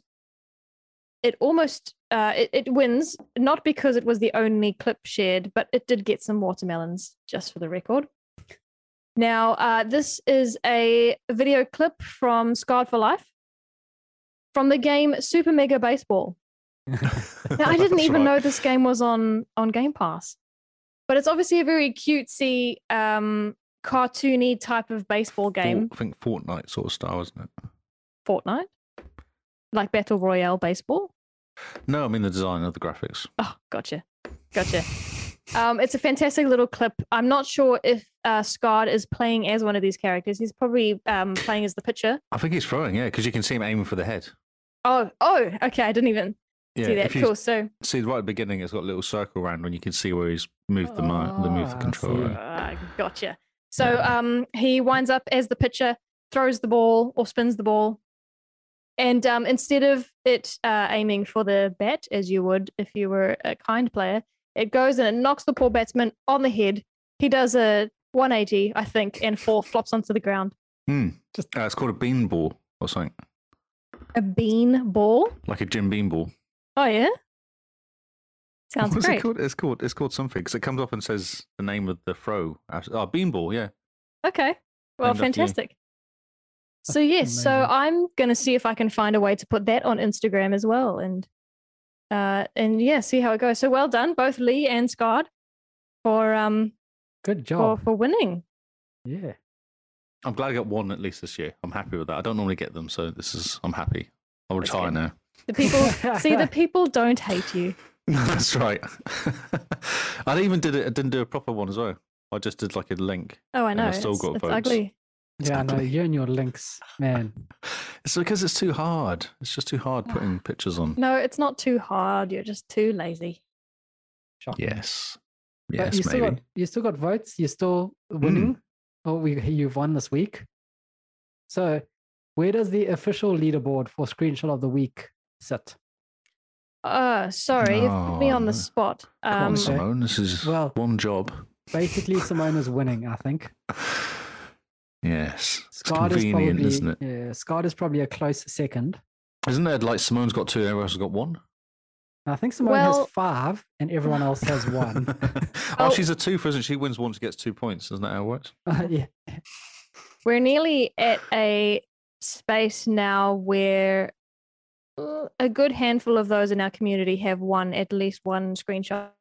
Speaker 4: it almost uh, it, it wins not because it was the only clip shared, but it did get some watermelons just for the record. Now uh, this is a video clip from Scarred for Life from the game Super Mega Baseball. Now, *laughs* I didn't
Speaker 3: That's
Speaker 4: even
Speaker 3: right.
Speaker 4: know this game was on on Game Pass, but it's obviously a very cutesy, um, cartoony type of baseball
Speaker 3: Fort-
Speaker 4: game,
Speaker 3: I think Fortnite sort of style, isn't it?
Speaker 4: Fortnite, like battle royale baseball.
Speaker 3: No, I mean the design of the graphics.
Speaker 4: Oh, gotcha,
Speaker 3: *laughs*
Speaker 4: gotcha. Um, it's a fantastic little clip. I'm not sure if uh, Scott is playing as one of these characters. He's probably um, playing as the pitcher.
Speaker 3: I think he's throwing, yeah, because you can see him aiming for the head.
Speaker 4: Oh, oh, okay. I didn't even
Speaker 3: Yeah,
Speaker 4: see that.
Speaker 3: if you
Speaker 4: Cool. So,
Speaker 3: see right at the beginning, it's got a little circle around when you can see where he's moved the mo- the move
Speaker 2: Oh,
Speaker 3: the
Speaker 2: I
Speaker 3: controller.
Speaker 2: see.
Speaker 3: around.
Speaker 4: uh, gotcha. So
Speaker 3: Yeah.
Speaker 4: um, he winds up as the pitcher, throws the ball or spins the ball. And um, instead of it uh, aiming for the bat, as you would if you were a kind player, it goes and it knocks the poor batsman on the head. He does a 180, I think, and fall, flops onto the ground.
Speaker 3: Uh, it's called a bean ball or something,
Speaker 4: A bean ball?
Speaker 3: like a Jim Bean ball.
Speaker 4: Oh, yeah? Sounds
Speaker 3: *laughs* What's
Speaker 4: great.
Speaker 3: it called? It's called it's called something because it comes up and says the name of the throw. after- Oh, bean ball, yeah.
Speaker 4: Okay.
Speaker 3: Named
Speaker 4: Well,
Speaker 3: after you.
Speaker 4: fantastic. So yes, so
Speaker 2: amazing.
Speaker 4: I'm gonna see if I can find a way to put that on Instagram as well, and uh, and yeah, see how it goes. So well done, both Lee and Scott, for um
Speaker 2: Good
Speaker 3: Oh.
Speaker 4: for,
Speaker 2: job.
Speaker 4: for winning.
Speaker 2: Yeah.
Speaker 3: I'm glad I got one at least this year. I'm happy with that. I don't normally get them, so this is I'm happy. I'll
Speaker 4: That's
Speaker 3: retire
Speaker 4: good.
Speaker 3: now. *laughs*
Speaker 4: The people see the people don't hate you.
Speaker 3: That's right. *laughs* I even did it. I didn't do a proper one as well. I just did like a link.
Speaker 4: Oh, I
Speaker 3: And I
Speaker 4: know.
Speaker 3: still
Speaker 4: it's
Speaker 3: got
Speaker 4: it's
Speaker 3: votes.
Speaker 4: ugly.
Speaker 2: Yeah, I know.
Speaker 3: Exactly.
Speaker 2: You and your links, man.
Speaker 3: *laughs* It's because it's too hard. It's just too hard
Speaker 2: Ah.
Speaker 3: putting pictures on.
Speaker 4: No, it's not too hard. You're just too lazy.
Speaker 2: Shocking.
Speaker 3: Yes.
Speaker 2: But
Speaker 3: Yes,
Speaker 2: you still
Speaker 3: maybe. Mm.
Speaker 2: got you still got votes. You're still winning. Oh, we, you've won this week. So, where does the official leaderboard for screenshot of the week sit?
Speaker 4: Uh, sorry, you've put me
Speaker 3: No,
Speaker 4: on
Speaker 3: no.
Speaker 4: the spot.
Speaker 3: Come
Speaker 4: Um,
Speaker 3: on, Simone. This is
Speaker 2: Well-
Speaker 3: one job. *laughs*
Speaker 2: Basically, Simone is winning. I think.
Speaker 3: Yes. It's
Speaker 2: Scott is
Speaker 3: convenient,
Speaker 2: probably
Speaker 3: isn't it?
Speaker 2: yeah. Scott is probably a close second.
Speaker 3: Isn't it like Simone's got two and everyone else has got one?
Speaker 2: I think Simone
Speaker 4: Well-
Speaker 2: has five, and everyone else has one.
Speaker 3: *laughs*
Speaker 2: *laughs*
Speaker 3: oh,
Speaker 4: Oh.
Speaker 3: she's a twofer, isn't she? She wins one, she gets two points. Isn't that how it works?
Speaker 2: Uh, yeah.
Speaker 4: we're nearly at a space now where uh, a good handful of those in our community have one at least one screenshot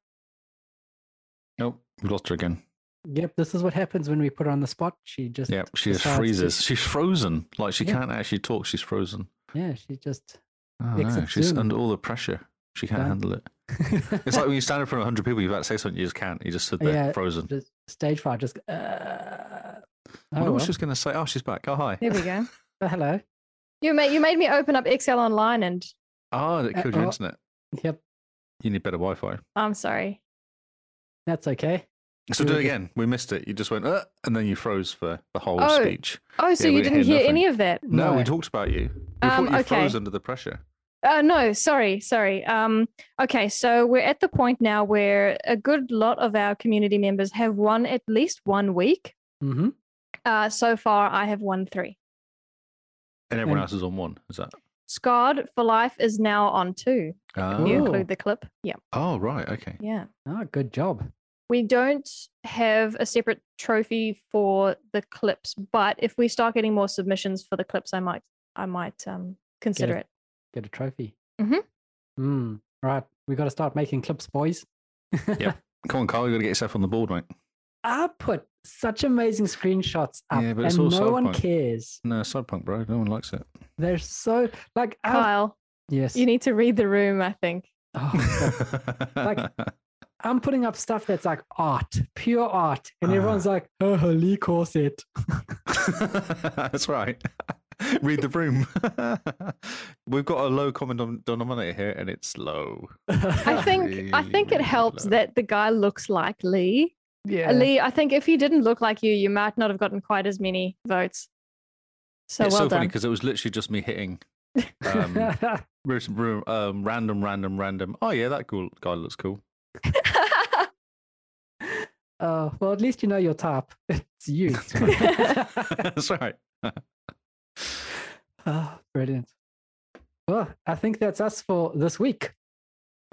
Speaker 3: Nope. We lost her again.
Speaker 2: Yep. This is what happens when we put her on the spot. She just
Speaker 3: Yep. She just
Speaker 2: decides to-
Speaker 3: freezes. She's frozen. Like she
Speaker 2: Yeah.
Speaker 3: can't actually talk. She's frozen.
Speaker 2: Yeah. She just.
Speaker 3: Oh,
Speaker 2: Exit
Speaker 3: no. She's
Speaker 2: Zoom.
Speaker 3: under all the pressure. She can't
Speaker 2: Yeah.
Speaker 3: handle it. It's like when you stand in front of 100 people, you're about to say something, you just can't. You just sit there
Speaker 2: Yeah. Oh, *laughs*
Speaker 3: frozen.
Speaker 2: just stage fright. Just. Uh,
Speaker 3: I wonder
Speaker 2: oh,
Speaker 3: what
Speaker 2: well.
Speaker 3: she was going to say. Oh, she's back. Oh, hi.
Speaker 4: there we go
Speaker 2: Oh, hello.
Speaker 4: you made you made me open up excel online and
Speaker 3: Oh, that
Speaker 2: Uh,
Speaker 3: killed your
Speaker 2: oh.
Speaker 3: internet.
Speaker 2: Yep.
Speaker 3: You need better Wi Fi.
Speaker 4: i'm sorry
Speaker 2: That's okay.
Speaker 3: So
Speaker 2: Do
Speaker 3: do
Speaker 2: it
Speaker 3: it again. We missed it. You just went, uh, and then you froze for the whole
Speaker 4: Oh.
Speaker 3: speech.
Speaker 4: oh so
Speaker 3: Yeah,
Speaker 4: you
Speaker 3: we
Speaker 4: didn't
Speaker 3: hear
Speaker 4: hear any of that
Speaker 3: No, we
Speaker 2: No.
Speaker 3: talked about you. We
Speaker 4: Um,
Speaker 3: thought you
Speaker 4: okay.
Speaker 3: froze under the pressure.
Speaker 4: uh no sorry sorry um okay so we're at the point now where a good lot of our community members have won at least one week
Speaker 2: Mm-hmm.
Speaker 4: uh so far i have won three
Speaker 3: And everyone
Speaker 4: Mm.
Speaker 2: And-
Speaker 3: else is on one. Is that?
Speaker 4: scarred for life is now on two if you
Speaker 3: Oh,
Speaker 2: Cool.
Speaker 4: include the clip yeah
Speaker 3: oh right. Okay.
Speaker 4: yeah
Speaker 2: Oh, good job.
Speaker 4: We don't have a separate trophy for the clips, but if we start getting more submissions for the clips, I might I might um consider
Speaker 2: it.
Speaker 4: it.
Speaker 2: Get a trophy.
Speaker 4: Mhm.
Speaker 2: Mm-hmm. Right. We got to start making clips, boys.
Speaker 3: Come on, Carl. You got to get yourself on the board, mate.
Speaker 2: *laughs* I put such amazing screenshots up,
Speaker 3: Yeah, but it's
Speaker 2: and
Speaker 3: all
Speaker 2: no
Speaker 3: side
Speaker 2: one
Speaker 3: point.
Speaker 2: cares.
Speaker 3: No, side punk, bro. No one likes
Speaker 4: *laughs*
Speaker 3: it.
Speaker 2: They're so like. i
Speaker 4: Kyle,
Speaker 2: yes.
Speaker 4: *laughs* you need to read the room, I think.
Speaker 2: Oh, God. Like- I'm putting up stuff that's like art, pure art, and
Speaker 3: Ah.
Speaker 2: everyone's like, "Oh, Lee Corset."
Speaker 3: *laughs* That's right. *laughs* Read the room. *laughs* We've got a low common denom- denominator here, and it's low. Ah,
Speaker 2: *laughs*
Speaker 4: I think I think it
Speaker 3: Really
Speaker 4: helps
Speaker 3: low.
Speaker 4: that the guy looks like Lee.
Speaker 2: yeah,
Speaker 4: Lee, I think if he didn't look like you, you might not have gotten quite as many votes. So
Speaker 3: it's
Speaker 4: well
Speaker 3: so funny *laughs*
Speaker 4: done.
Speaker 3: because it was literally just me hitting um,
Speaker 2: *laughs*
Speaker 3: ru- ru- um, random, random, random. Oh yeah, that cool guy looks cool. *laughs*
Speaker 2: Uh, well, at least you know your type. It's
Speaker 3: *laughs*
Speaker 2: you. *laughs*
Speaker 3: That's right.
Speaker 2: Ah, brilliant. Well, I think that's us for this week.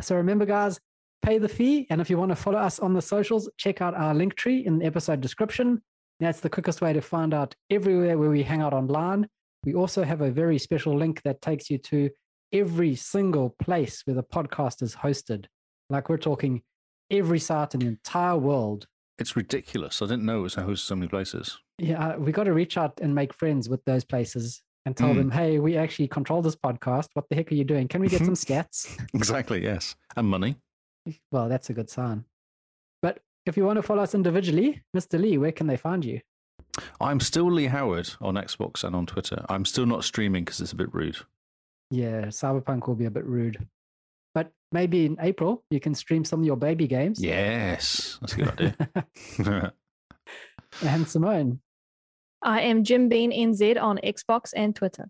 Speaker 2: So remember, guys, pay the fee. And if you want to follow us on the socials, check out our link tree in the episode description. That's the quickest way to find out everywhere where we hang out online. We also have a very special link that takes you to every single place where the podcast is hosted. Like we're talking every site in the entire world.
Speaker 3: It's ridiculous. I didn't know it was hosted so many places.
Speaker 2: Yeah, uh, we got to reach out and make friends with those places and tell
Speaker 3: Mm.
Speaker 2: them, hey, we actually control this podcast. What the heck are you doing? Can we get some stats?
Speaker 3: *laughs* Exactly. Yes, and money.
Speaker 2: Well, that's a good sign. But if you want to follow us individually, Mr. Lee, where can they find you?
Speaker 3: I'm still Lee Howard on Xbox and on Twitter. I'm still not streaming because it's a bit rude.
Speaker 2: Yeah, Cyberpunk will be a bit rude. But maybe in April, you can stream some of your baby games.
Speaker 3: Yes, that's a good *laughs* idea.
Speaker 2: and Simone.
Speaker 4: *laughs* I am Jim Bean NZ on Xbox and Twitter.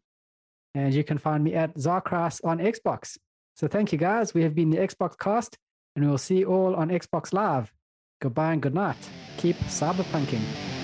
Speaker 2: And you can find me at Zarkras on Xbox. So thank you guys. We have been the Xbox cast, and we will see you all on Xbox Live. Goodbye and good night. Keep cyberpunking.